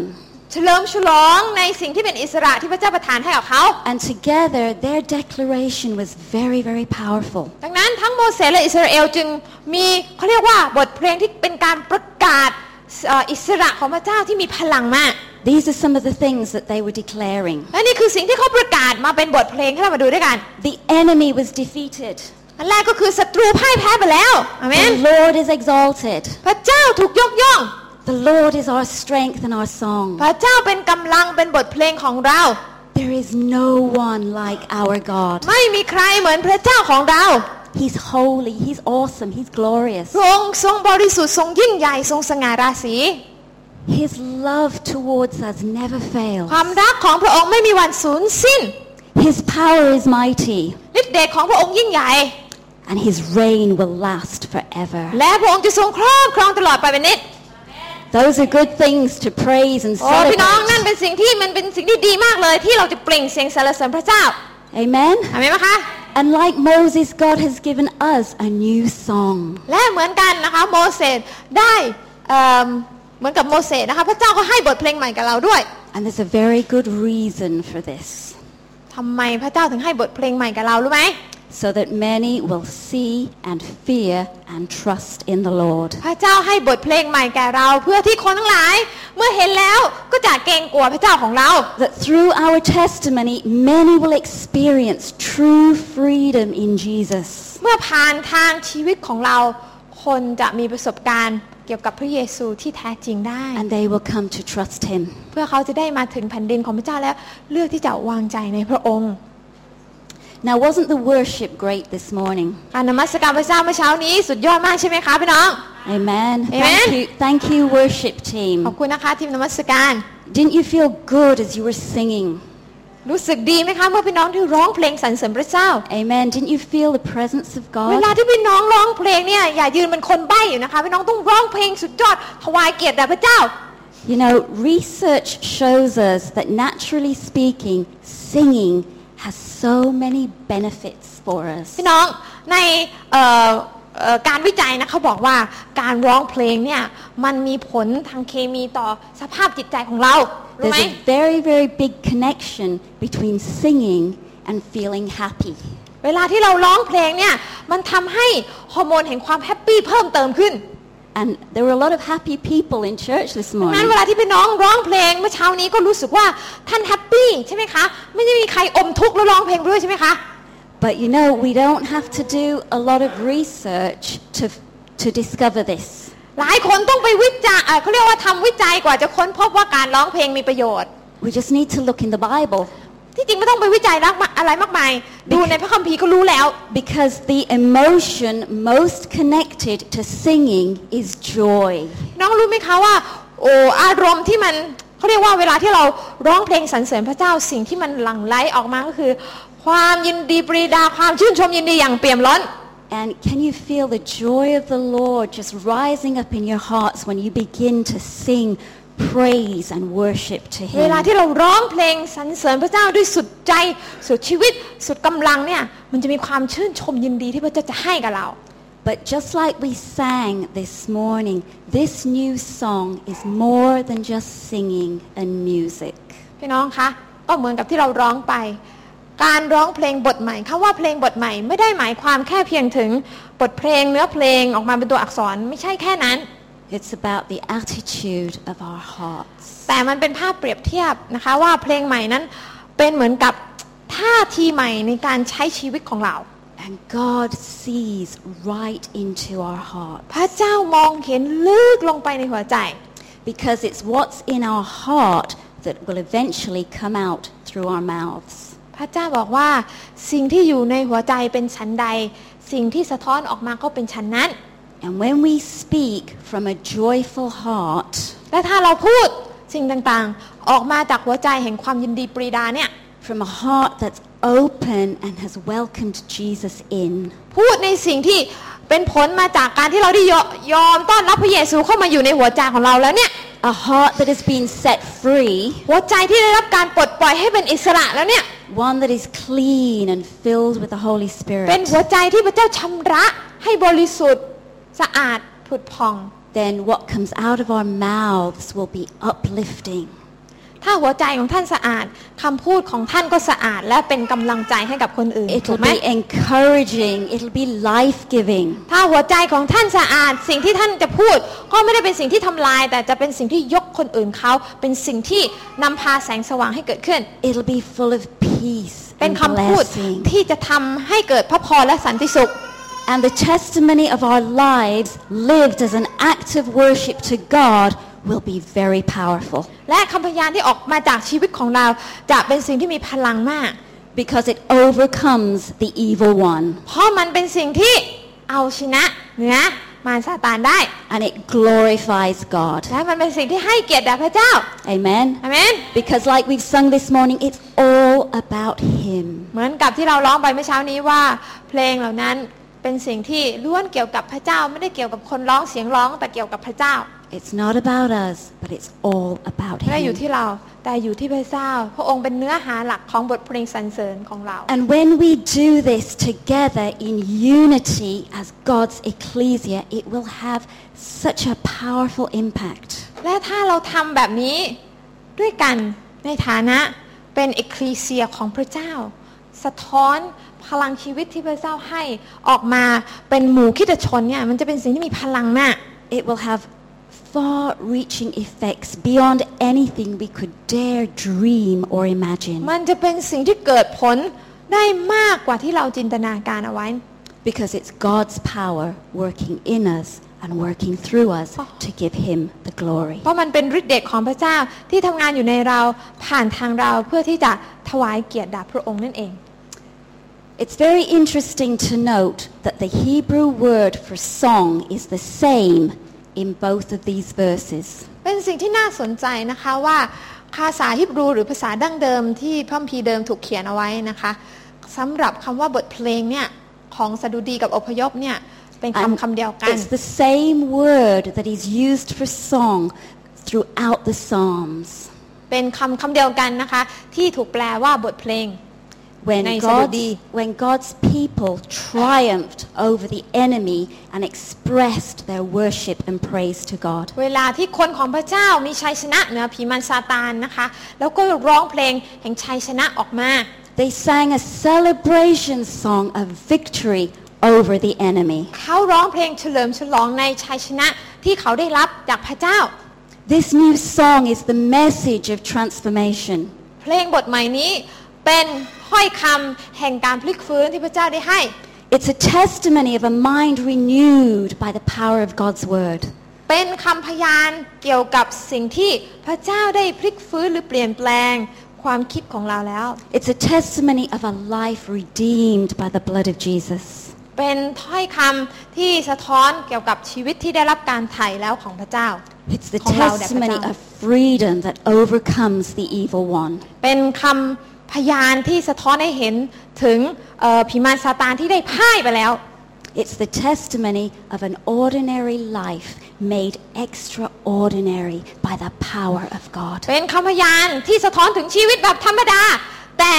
เฉลิมฉลองในสิ่งที่เป็นอิสระที่พระเจ้าประทานให้กับเขา
And together, their declaration was very, very powerful.
ดังนั้นทั้งโมเสสและอิสราเอลจึงมีเขาเรียกว่าบทเพลงที่เป็นการประกาศเอ่ออิสระของพระเจ้าที่มีพลังมาก
These are some of the things that they were declaring.
และนี่คือสิ่งที่เขาประกาศมาเป็นบทเพลงให้เรามาดูด้วยกัน
The enemy was defeated.
อันแรกก็คือศัตรูพ่ายแพ้ไปแล้วอาเมน
The Lord is exalted.
พระเจ้าถูกยกย่อง
The Lord is our strength and our song.
พระเจ้าเป็นกำลังเป็นบทเพลงของเรา
There is no one like our God.
ไม่มีใครเหมือนพระเจ้าของเรา
He's holy, He's awesome, He's
พ
glorious.
ระองค์ทรงบริสุทธิ์ทรงยิ่งใหญ่ทรงสง่าราศี
His love towards us never
ค
fails.
วามรักของพระองค์ไม่มีวันสูญสิ้น
His power is mighty,
ฤทธิ์เดชของพระองค์ยิ่งใหญ่
and His reign will last forever.
และพระองค์จะทรงครอบครองตลอดไปเป็นนิจ
Those are good things to praise and
โอ้พี่น้องนั่น
celebrate.
เป็นสิ่งที่มันเป็นสิ่งที่ดีมากเลย ที่เราจะเปล่งเสียงสรรเสริญพระเจ้า
Amen.
อาเมนไหมคะ
And like Moses, God has given us a new song.
และเหมือนกันนะคะโมเสสได้เอิ่มเหมือนกับโมเสสนะคะพระเจ้าก็ให้บทเพลงใหม่กับเราด้วย
And there's a very good reason for this.
ทำไมพระเจ้าถึงให้บทเพลงใหม่กับเรารู้ไหม
So that many will see and fear and trust in the Lord.
พระเจ้าให้บทเพลงใหม่แก่เราเพื่อที่คนทั้งหลาย เมื่อเห็นแล้วก็จะเกรงกลัวพระเจ้าของเรา
That through our testimony, many will experience true freedom in Jesus.
เมื่อผ่านทางชีวิตของเรา คนจะมีประสบการณ์เกี่ยวกับพระเยซูที่แท้จริงได้
And they will come to trust him.
เพื่อเขาจะได้มาถึงแผ่นดินของพระเจ้าแล้ว เลือกที่จะวางใจในพระองค์
Now, wasn't the worship great this morning?
การนมัสการพระเจ้าเมื่อเช้านี้สุดยอดมากใช่ไหมคะพี่น้อง
Amen.
Amen.
Thank you, thank you worship
ขอบ
team.
คุณนะคะทีมนมัสการ
Didn't you feel good as you were singing?
รู้สึกดีไหมคะเมื่อพี่น้องที่ร้องเพลงสรรเสริญพระเจ้า
Amen. Didn't you feel the presence of
เว
God?
ลาที่พี่น้องร้องเพลงเนี่ยอย่ายืนเป็นคนใบ้อยู่นะคะพี่น้องต้องร้องเพลงสุดยอดถวายเกียรติแด่พระเจ้า
You know, research shows us that naturally speaking, singing has so many benefits for us.
พี่น้องในเอ่อเอ่อการวิจัยนะเขาบอกว่าการร้องเพลงเนี่ยมันมีผลทางเคมีต่อสภาพจิตใจของเรารู้
There's
ไหม
a very, very big connection between singing and feeling happy.
เวลาที่เราร้องเพลงเนี่ยมันทำให้ฮอร์โมนแห่งความแฮปปี้เพิ่มเติมขึ้น
And there were a lot of happy people in church this
นั้น
morning.
เวลาที่พี่น้องร้องเพลงเมื่อเช้านี้ก็รู้สึกว่าท่านแฮปปี้ใช่ไหมคะ ไม่ได้มีใครอมทุกข์แล้วร้องเพลงไปด้วยใช่ไหมคะ
But you know, we don't have to do a lot of research to, to discover this.
หลายคนต้องไปวิจัยเอ่อเขาเรียกว่าทำวิจัยกว่าจะค้นพบว่าการร้องเพลงมีประโยชน์
We just need to look in the Bible
ที่จริงไม่ต้องไปวิจัยรักอะไรมากมาย ดูในพระคัมภีร์ก็รู้แล้ว
because the emotion most connected to singing is joy.
น้องรู้ไหมคะว่า โอ้อารมณ์ที่มัน เขาเรียกว่าเวลาที่เราร้องเพลงสรรเสริญพระเจ้าสิ่งที่มันหลั่งไหลออกมาก็คือ ความยินดีปรีดาความชื่นชมยินดีอย่างเปี่ยมล้น
And can you feel the joy of the Lord just rising up in your hearts when you begin to sing praise and worship to
เวลา
Him?
ที่เราร้องเพลงสรรเสริญพระเจ้าด้วยสุดใจ สุดชีวิต สุดกำลังเนี่ย มันจะมีความชื่นชมยินดีที่พระเจ้าจะให้กับเรา
But just like we sang this morning, this new song is more than just singing and music.
พี่น้องคะก็เหมือนกับที่เราร้องไป การร้องเพลงบทใหม่คำว่าเพลงบทใหม่ไม่ได้หมายความแค่เพียงถึงบทเพลงเนื้อเพลงออกมาเป็นตัวอักษรไม่ใช่แค่นั้น
It's about the attitude of our hearts.
แต่มันเป็นภาพเปรียบเทียบนะคะว่าเพลงใหม่นั้นเป็นเหมือนกับท่าทีใหม่ในการใช้ชีวิตของเรา
And God sees right into our heart
พระเจ้ามองเห็นลึกลงไปในหัวใจ
because it's what's in our heart that will eventually come out through our mouths.
พระเจ้าบอกว่าสิ่งที่อยู่ในหัวใจเป็นชั้นใด สิ่งที่สะท้อนออกมาก็เป็นชั้นนั้น
And when we speak from a joyful heart,
และถ้าเราพูดสิ่งต่างๆ ออกมาจากหัวใจแห่งความยินดีปรีดาเนี่ย
from a heart that's open and has welcomed Jesus in,
พูดในสิ่งที่เป็นผลมาจากการที่เราได้ยอยอมต้อนรับพระเยซูเข้ามาอยู่ในหัวใจของเราแล้วเนี่ย
a heart that has been set free,
หัวใจที่ได้รับการปลดปล่อยให้เป็นอิสระแล้วเนี่ย
one that is clean and filled with the Holy
เป็น
Spirit,
หัวใจที่พระเจ้าชำระให้บริสุทธิ์สะอาดผุดพอง
then what comes out of our mouths will be uplifting.
ถ้าหัวใจของท่านสะอาดคำพูดของท่านก็สะอาด และเป็นกำลังใจให้กับคนอื่นถู
It'll
กไหม
be encouraging. It'll be life-giving.
ถ้าหัวใจของท่านสะอาด สิ่งที่ท่านจะพูด ก็ไม่ได้เป็นสิ่งที่ทำลาย แต่จะเป็นสิ่งที่ยกคนอื่นเขาเป็นสิ่งที่นำพาแสงสว่างให้เกิดขึ้น
It'll be full of peace
เป็น
and
คำพูด
blessing.
ที่จะทำให้เกิดพระพรและสันติสุข
And the testimony of our lives lived as an act of worship to God will be very powerful
และคำพยานที่ออกมาจากชีวิตของเรา จะเป็นสิ่งที่มีพลังมาก
because it overcomes the evil one
เพราะมันเป็นสิ่งที่เอาชนะเหนือมารซาตานได้
and it glorifies God.
และมันเป็นสิ่งที่ให้เกียรติแด่พระเจ้า
Amen.
อาเมน
Because like we've sung this morning, it's all about Him.
เหมือนกับที่เราร้องไปเมื่อเช้านี้ว่า เพลงเหล่านั้นเป็นสิ่งที่ล้วนเกี่ยวกับพระเจ้า ไม่ได้เกี่ยวกับคนร้องเสียงร้องแต่เกี่ยวกับพระเจ้า
It's not about us, but it's all about
ไม่ได้อยู่
Him.
ที่เราแต่อยู่ที่พระเจ้า พระองค์เป็นเนื้อหาหลักของบทเพลงสรรเสริญของเรา
And when we do this together in unity as God's ecclesia, it will have such a powerful impact.
และถ้าเราทำแบบนี้ด้วยกันในฐานะเป็นเอคลีเซียของพระเจ้า สะท้อนพลังชีวิตที่พระเจ้าให้ออกมาเป็นหมู่คริดชนเนี่ยมันจะเป็นสิ่งที่มีพลังมาก
It will have far reaching effects beyond anything we could dare dream or imagine
มันจะเป็นสิ่งที่เกิดผลได้มากกว่าที่เราจินตนาการเอาไว้
because it's God's power working in us and working through us to give Him the glory.
เพราะมันเป็นฤทธิ์เดชของพระเจ้าที่ทำงานอยู่ในเราผ่านทางเราเพื่อที่จะถวายเกียรติแด่พระองค์นั่นเอง
It's very interesting to note that the Hebrew word for song is the same in both of these verses.
เป็นสิ่งที่น่าสนใจนะคะว่าภาษาฮิบรูหรือภาษาดั้งเดิมที่พระคัมพีร์เดิมถูกเขียนเอาไว้นะคะสำหรับคำว่าบทเพลงเนี่ยของสดุดีกับอพยพเนี่ยเป็น
And
คำคำเดียวกัน
it's the same word that is used for song throughout the Psalms.
เป็นคำคำเดียวกันนะคะ ที่ถูกแปลว่าบทเพลง
When
Nice,
God's,
everybody.
when God's people triumphed over the enemy and expressed their worship and praise to God.
เวลาที่คนของพระเจ้ามีชัยชนะเหนือผีมันซาตานนะคะ แล้วก็ร้องเพลงแห่งชัยชนะออกมา
They sang a celebration song of victory over the enemy.
เขาร้องเพลงเฉลิมฉลองในชัยชนะที่เขาได้รับจากพระเจ้า
This new song is the message of transformation.
เพลงบทใหม่นี้เป็นห้อยคำแห่งการพลิกฟื้นที่พระเจ้าได้ให้
It's a testimony of a mind renewed by the power of God's word.
เป็นคำพยานเกี่ยวกับสิ่งที่พระเจ้าได้พลิกฟื้นหรือเปลี่ยนแปลงความคิดของเราแล้ว
It's a testimony of a life redeemed by the blood of Jesus.
เป็นถ้อยคำที่สะท้อนเกี่ยวกับชีวิตที่ได้รับการไถ่แล้วของพระเจ้า
It's the
ของเราแด่พระ
testimony
เจ้า
of freedom that overcomes the evil one.
เป็นคำพยานที่สะท้อนให้เห็นถึงเอ่อผีมารซาตานที่ได้พ่ายไปแล้ว
It's the testimony of an ordinary life made extraordinary by the power of God.
เป็นคำพยานที่สะท้อนถึงชีวิตแบบธรรมดา แต่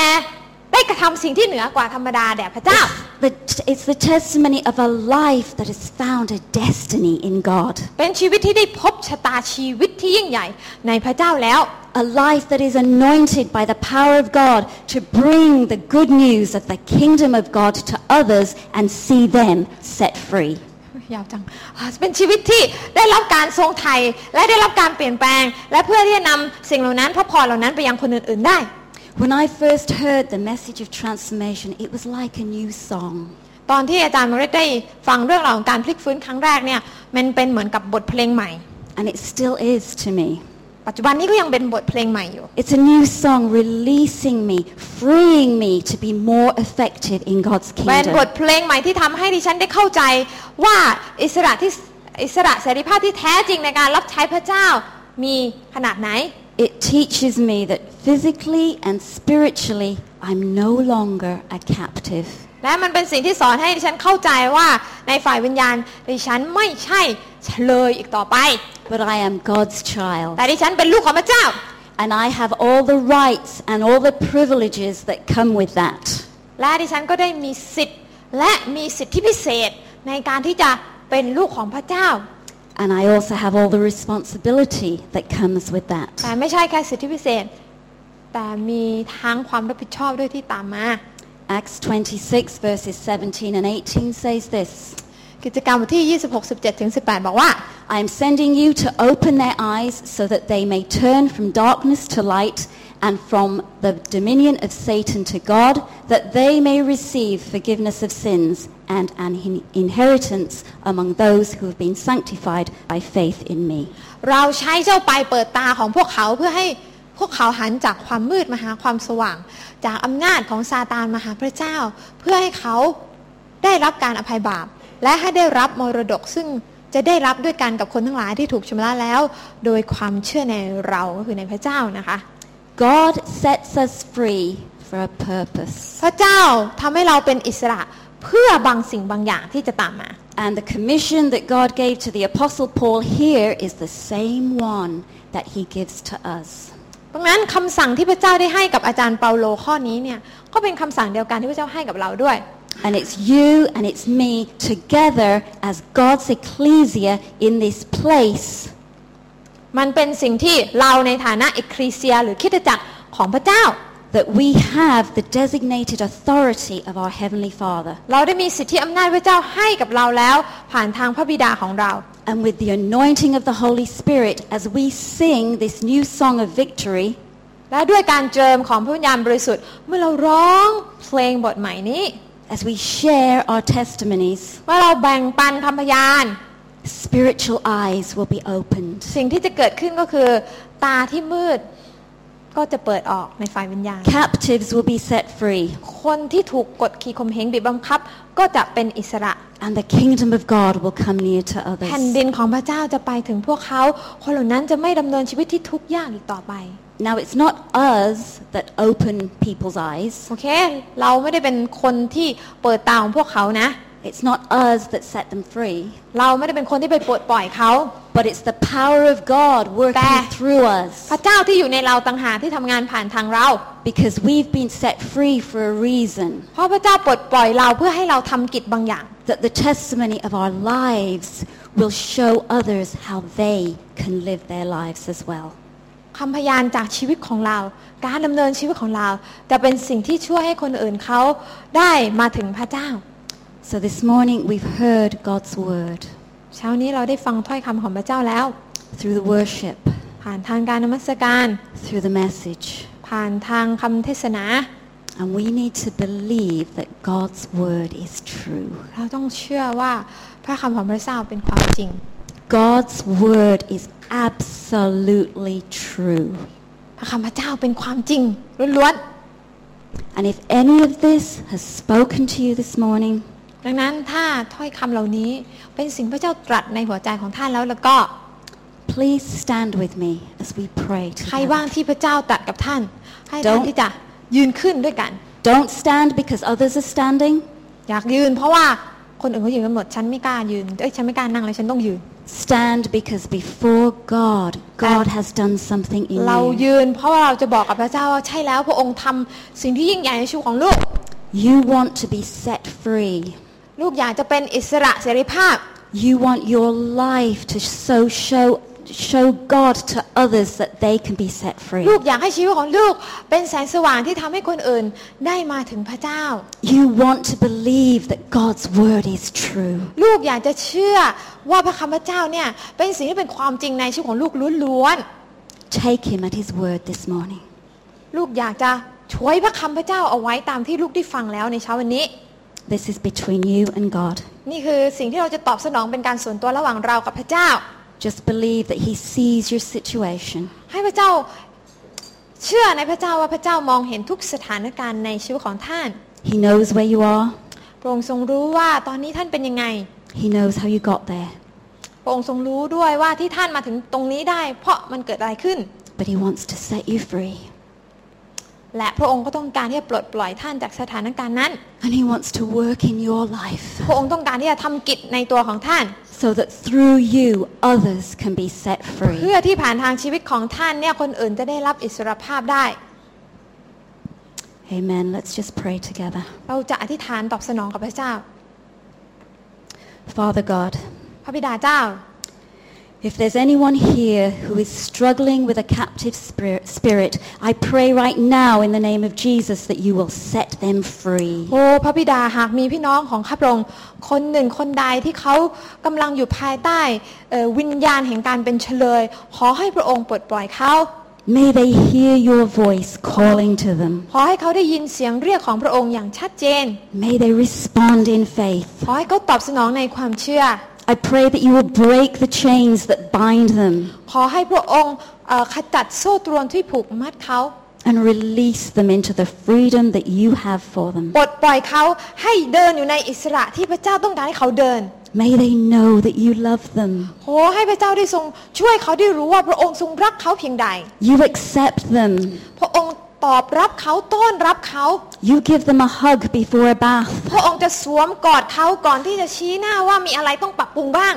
ได้กระทำสิ่งที่เหนือกว่าธรรมดาแด่พระเจ้า
The t- it's the testimony of a life that has found a destiny in God.
เป็นชีวิตที่ได้พบชะตาชีวิตที่ยิ่งใหญ่ในพระเจ้าแล้ว
A life that is anointed by the power of God to bring the good news of the kingdom of God to others and see them set free.
ยาวจังอ่าเป็นชีวิตที่ได้รับการทรงไทยและได้รับการเปลี่ยนแปลง และเพื่อที่จะนำสิ่งเหล่านั้นพระพรเหล่านั้นไปยังคนอื่นๆได้
When I first heard the message of transformation, it was like a new song.
ตอนที่อาจารย์มาริได้ฟังเรื่องราวของการพลิกฟื้นครั้งแรกเนี่ยมันเป็นเหมือนกับบทเพลงใหม่
And it still is to me.
ปัจจุบันนี้ก็ยังเป็นบทเพลงใหม่อยู่
It's a new song releasing me, freeing me to be more effective in God's
เป็น
kingdom.
บทเพลงใหม่ที่ทำให้ดิฉันได้เข้าใจว่าอิสระที่อิสระเสรีภาพที่แท้จริงในการรับใช้พระเจ้ามีขนาดไหน
It teaches me that physically and spiritually, I'm no longer a captive.
และมันเป็นสิ่งที่สอนให้ดิฉันเข้าใจว่าในฝ่ายวิญญาณดิฉันไม่ใช่เฉลยอีกต่อไป
But I am God's child,
แต่ดิฉันเป็นลูกของพระเจ้า
and I have all the rights and all the privileges that come with that.
และดิฉันก็ได้มีสิทธิ์ และมีสิทธิพิเศษในการที่จะเป็นลูกของพระเจ้า
And I also have all the responsibility that comes with that.
แต่ไม่ใช่แค่สิทธิพิเศษ แต่มีทั้งความรับผิดชอบด้วยที่ตามมา
Acts 26 verses 17 and 18 says this
กิจกรรมวันที่ 26 17ถึง18 บอกว่า
I am sending you to open their eyes so that they may turn from darkness to light and from the dominion of Satan to God, that they may receive forgiveness of sins and an in- inheritance among those who have been sanctified by faith in me.
เราใช้เจ้าไปเปิดตาของพวกเขาเพื่อให้พวกเขาหันจากความมืดมาหาความสว่าง จากอำนาจของซาตานมาหาพระเจ้า เพื่อให้เขาได้รับการอภัยบาป และให้ได้รับมรดกซึ่งจะได้รับด้วยกันกับคนทั้งหลายที่ถูกชำระแล้ว โดยความเชื่อในเราก็คือในพระเจ้านะคะ
God sets us free for a purpose.
พระเจ้าทำให้เราเป็นอิสระเพื่อบางสิ่งบางอย่างที่จะตามมา
And the commission that God gave to the Apostle Paul here is the same one that he gives to us.
เพราะงั้นคำสั่งที่พระเจ้าได้ให้กับอาจารย์เปาโลข้อนี้เนี่ยก็เป็นคำสั่งเดียวกันที่พระเจ้าให้กับเราด้วย
And it's you and it's me together as God's ecclesia in this place
มันเป็นสิ่งที่เราในฐานะเอกคริเซียหรือคริดจักรของพระเจ้า
that we have the designated authority of our Heavenly Father.
เราได้มีสิทธิอำนาจพระเจ้าให้กับเราแล้ว ผ่านทางพระบิดาของเรา
And with the anointing of the Holy Spirit, as we sing this new song of victory,
และด้วยการเจิมของพระวิญญาณบริสุทธิ์เมื่อเราร้องเพลงบทใหม่นี้
as we share our testimonies,
เมื่อเราแบ่งปันคำพยาน
spiritual eyes will be opened.
สิ่งที่จะเกิดขึ้นก็คือ ตาที่มืด ก็จะเปิดออกในฝ่ายวิญญาณ
Captives will be set free,
คนที่ถูกกดขี่ข่มเหงบีบบังคับ ก็จะเป็นอิสระ
and the kingdom of God will come near to
แผ่น
others.
ดินของพระเจ้าจะไปถึงพวกเขาคนเหล่านั้นจะไม่ดำเนินชีวิตที่ทุกข์ยากอีกต่อไป
Now, it's not us that open people's eyes.
โอเค เราไม่ได้เป็นคนที่เปิดตาของพวกเขานะ
It's not us that set them free,
เราไม่ได้เป็นคนที่ไปปลดปล่อยเขา
but it's the power of God working
Bah.
through
พ
us
ระเจ้าที่อยู่ในเราต่างหากที่ทำงานผ่านทางเรา
because we've been set free for a reason.
เพราะพระเจ้าปลดปล่อยเราเพื่อให้เราทำกิจบางอย่าง
That the testimony of our lives will show others how they can live their lives as well.
คำพยานจากชีวิตของเรา การดำเนินชีวิตของเรา จะเป็นสิ่งที่ช่วยให้คนอื่นเขาได้มาถึงพระเจ้า
So this morning we've heard God's word
เช้านี้เราได้ฟังถ้อยคำของพระเจ้าแล้ว
through the worship,
ผ่านทางการนมัสการ
through the message,
ผ่านทางคำเทศนา
and we need to believe that God's word is true.
เราต้องเชื่อว่าพระคำของพระเจ้าเป็นความจริง
God's word is absolutely true.
พระคำพระเจ้าเป็นความจริงล้วน
And if any of this has spoken to you this morning,
ๆ ดังนั้นถ้าถ้อยคำเหล่านี้เป็นสิ่งพระเจ้าตรัสในหัวใจของท่านแล้วแล้วก็
Please stand with me as we pray
ใครบ้าง
together.
ที่พระเจ้าตรัดกับท่าน ให้ท่านที่จะยืนขึ้นด้วยกัน
Don't stand because others are standing.
อยากยืน เพราะว่าคนอื่นเขายืนกันหมดฉันไม่กล้ายืนเอ้ยฉันไม่กล้านั่งเลยฉันต้องยืน
Stand because before God, God
And-
has done something in
เรา
you.
ยืน เพราะว่าเราจะบอกกับพระเจ้าว่าใช่แล้วพระองค์ทำสิ่งที่ยิ่งใหญ่ในชีวิตของลูก
You want to be set free.
ลูกอยากจะเป็นอิสระเสรีภาพ
You want your life to so show show God to others that they can be set
ลู
free.
กอยากให้ชีวิตของลูกเป็นแสงสว่างที่ทำให้คนอื่นได้มาถึงพระเจ้า
You want to believe that God's word is true.
ลูกอยากจะเชื่อว่าพระคำพระเจ้าเนี่ยเป็นสิ่งที่เป็นความจริงในชีวิตของลูกล้วน
Take him at his word this morning.
ๆลูกอยากจะช่วยพระคำพระเจ้าเอาไว้ตามที่ลูกได้ฟังแล้วในเช้าวันนี้
This is between you and God.
นี่คือสิ่งที่เราจะตอบสนองเป็นการส่วนตัวระหว่างเรากับพระเจ้า
Just believe that he sees your situation.
ให้พระเจ้าเชื่อในพระเจ้าว่าพระเจ้ามองเห็นทุกสถานการณ์ในชีวิตของท่าน
He knows where you are.
พระองค์ทรงรู้ว่าตอนนี้ท่านเป็นยังไง
He knows how you got there.
พระองค์ทรงรู้ด้วยว่าที่ท่านมาถึงตรงนี้ได้ เพราะมันเกิดอะไรขึ้น
But he wants to set you free.
และพระองค์ก็ต้องการที่จะปลดปล่อยท่านจากสถานการณ์นั้น
And he wants to work in your life
พระองค์ต้องการที่จะทำกิจในตัวของท่าน
so that through you others can be set free.
เพื่อที่ผ่านทางชีวิตของท่านเนี่ยคนอื่นจะได้รับอิสรภาพได้
Amen. Let's just pray together.
เราจะอธิษฐานตอบสนองกับพระเจ้า
Father God,
พระบิดาเจ้า
if there's anyone here who is struggling with a captive spirit, spirit, I pray right now in the name of Jesus that you will set them free.
โอ้พระบิดาหากมีพี่น้องของข้าพระองค์คนหนึ่งคนใดที่เขากำลังอยู่ภายใต้เอ่อวิญญาณแห่งการเป็นเฉลย ขอให้พระองค์ปลดปล่อยเขา
May they hear your voice calling to them.
ขอให้เขาได้ยินเสียงเรียกของพระองค์อย่างชัดเจน
May they respond in faith.
ขอให้เขาตอบสนองในความเชื่อ
I pray that you will break the chains that bind them
ขอให้พระองค์เอ่อขจัดโซ่ตรวนที่ผูกมัดเขา
and release them into the freedom that you have for them.
ปลดปล่อยเขาให้เดินอยู่ในอิสระที่พระเจ้าต้องการให้เขาเดิน
May they know that you love them.
ขอให้พระเจ้าได้ทรงช่วยเขาได้รู้ว่าพระองค์ทรงรักเขาเพียงใด
You accept them.
พระองค์ตอบรับเขาต้อนรับเขา
You give them a hug before a bath.
พระองค์จะสวมกอดเขาก่อนที่จะชี้หน้าว่ามีอะไรต้องปรับปรุงบ้าง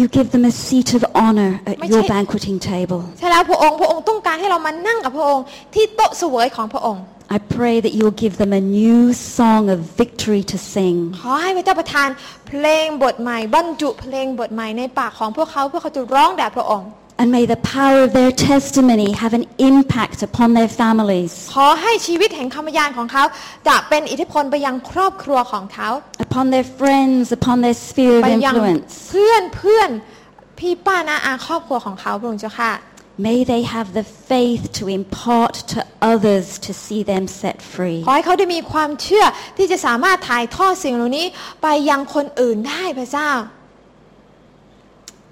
You give them a seat of honor at
My
your
cha-
banqueting table.
ใช่แล้วพระองค์พระองค์ต้องการให้เรามานั่งกับพระองค์ที่โต๊ะเสวยของพระองค์
I pray that you'll give them a new song of victory to sing.
ขอให้พระเจ้าประทานเพลงบทใหม่บรรจุเพลงบทใหม่ในปากของพวกเขาเพื่อเขาจะร้องแด่พระองค์
And may the power of their testimony have an impact upon their families,
ขอให้ชีวิตแห่งคำพยานของเขา จะเป็นอิทธิพลไปยังครอบครัวของเขา
upon their friends, upon their sphere of
ไปยัง
influence.
เพื่อนเพื่อนพี่ป้านาอาครอบครัวของเขาพระองค์เจ้าค่ะ
May they have the faith to impart to others to see them set free.
ขอให้เขาได้มีความเชื่อที่จะสามารถถ่ายทอดสิ่งเหล่านี้ไปยังคนอื่นได้พระเจ้า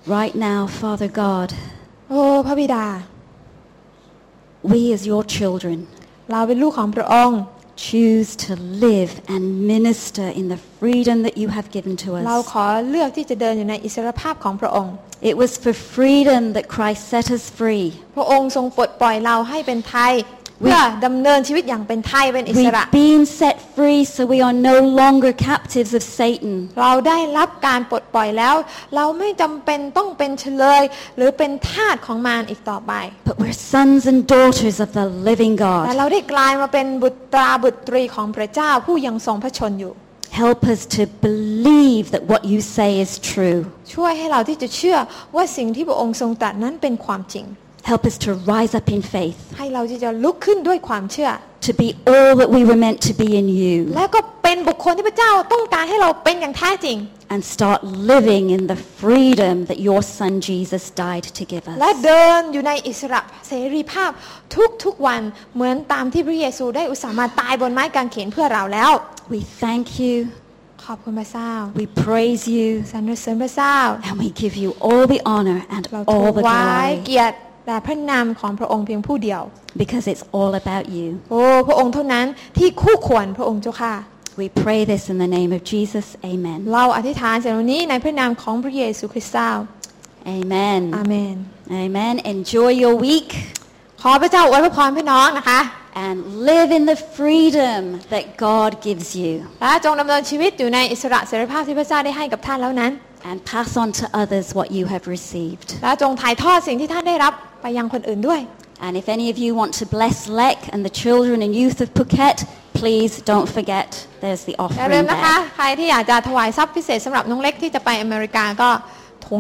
Right now, Father God,
โอ้พระบิดา
we as your children
เราเป็นลูกของพระองค์
choose to live and minister in the freedom that you have given to
เรา
us.
ขอเลือกที่จะเดินอยู่ในอิสรภาพของพระองค์
It was for freedom that Christ set us free.
พระองค์ทรงปลดปล่อยเราให้เป็นไทย เพื่อดำเนินชีวิตอย่างเป็นไทยเป็นอิส
We've
ระ
been set free so we are no longer captives of Satan.
เราได้รับการปลดปล่อยแล้ว เราไม่จำเป็นต้องเป็นเฉลย หรือเป็นทาสของมารอีกต่อไป
But we're sons and daughters of the living
แต่
God.
เราได้กลายมาเป็นบุตราบุตรีของพระเจ้าผู้ยังทรงพระชนอยู่
Help us to believe that what you say is true.
ช่วยให้เราที่จะเชื่อว่าสิ่งที่พระองค์ทรงตรัสนั้นเป็นความจริง
Help us to rise up in faith,
ให้เราที่จะลุกขึ้นด้วยความเชื่อ
to be all that we were meant to be in you,
แล้วก็เป็นบุคคลที่พระเจ้าต้องการให้เราเป็นอย่างแท้จริง
and start living in the freedom that your son Jesus died to give
และ
us.
เดินอยู่ในอิสระเสรีภาพทุกๆวันเหมือนตามที่พระเยซูได้อุตส่าห์มาตายบนไม้กางเขนเพื่อเราแล้ว
We thank you,
ขอบคุณพระเจ้า
we praise you,
สรรเสริญพระเจ้า
and we give you all the honor and
เราถ
all the
วายเกี
glory
ยรติแด่พระนามของพระองค์เพียงผู้เดียว
because it's all about you.
โอ้พระองค์เท่านั้นที่คู่ควรพระองค์เจ้าค่ะ
We pray this in the name of Jesus. Amen.
เราอธิษฐานสิ่งเหล่านี้ในพระนามของพระเยซูคริสต์เจ้า
Amen.
อาเมน
Amen. Enjoy your week
ขอพระเจ้าอวยพระพรพี่น้องนะคะ
and live in the freedom that God gives you
และจงดำเนินชีวิตอยู่ในอิสระเสรีภาพที่พระเจ้าได้ให้กับท่านแล้วนั้น
and pass on to others what you have received.
และจงถ่ายทอดสิ่งที่ท่านได้รับไปยังคนอื่นด้วย
And if any of you want to bless Lek and the children and youth of Phuket, please don't forget there's the
อย่าลืม
offering
นะคะ
there.
ใครที่อยากจะถวายทรัพย์พิเศษสำหรับน้องเล็กที่จะไปอเมริกาก็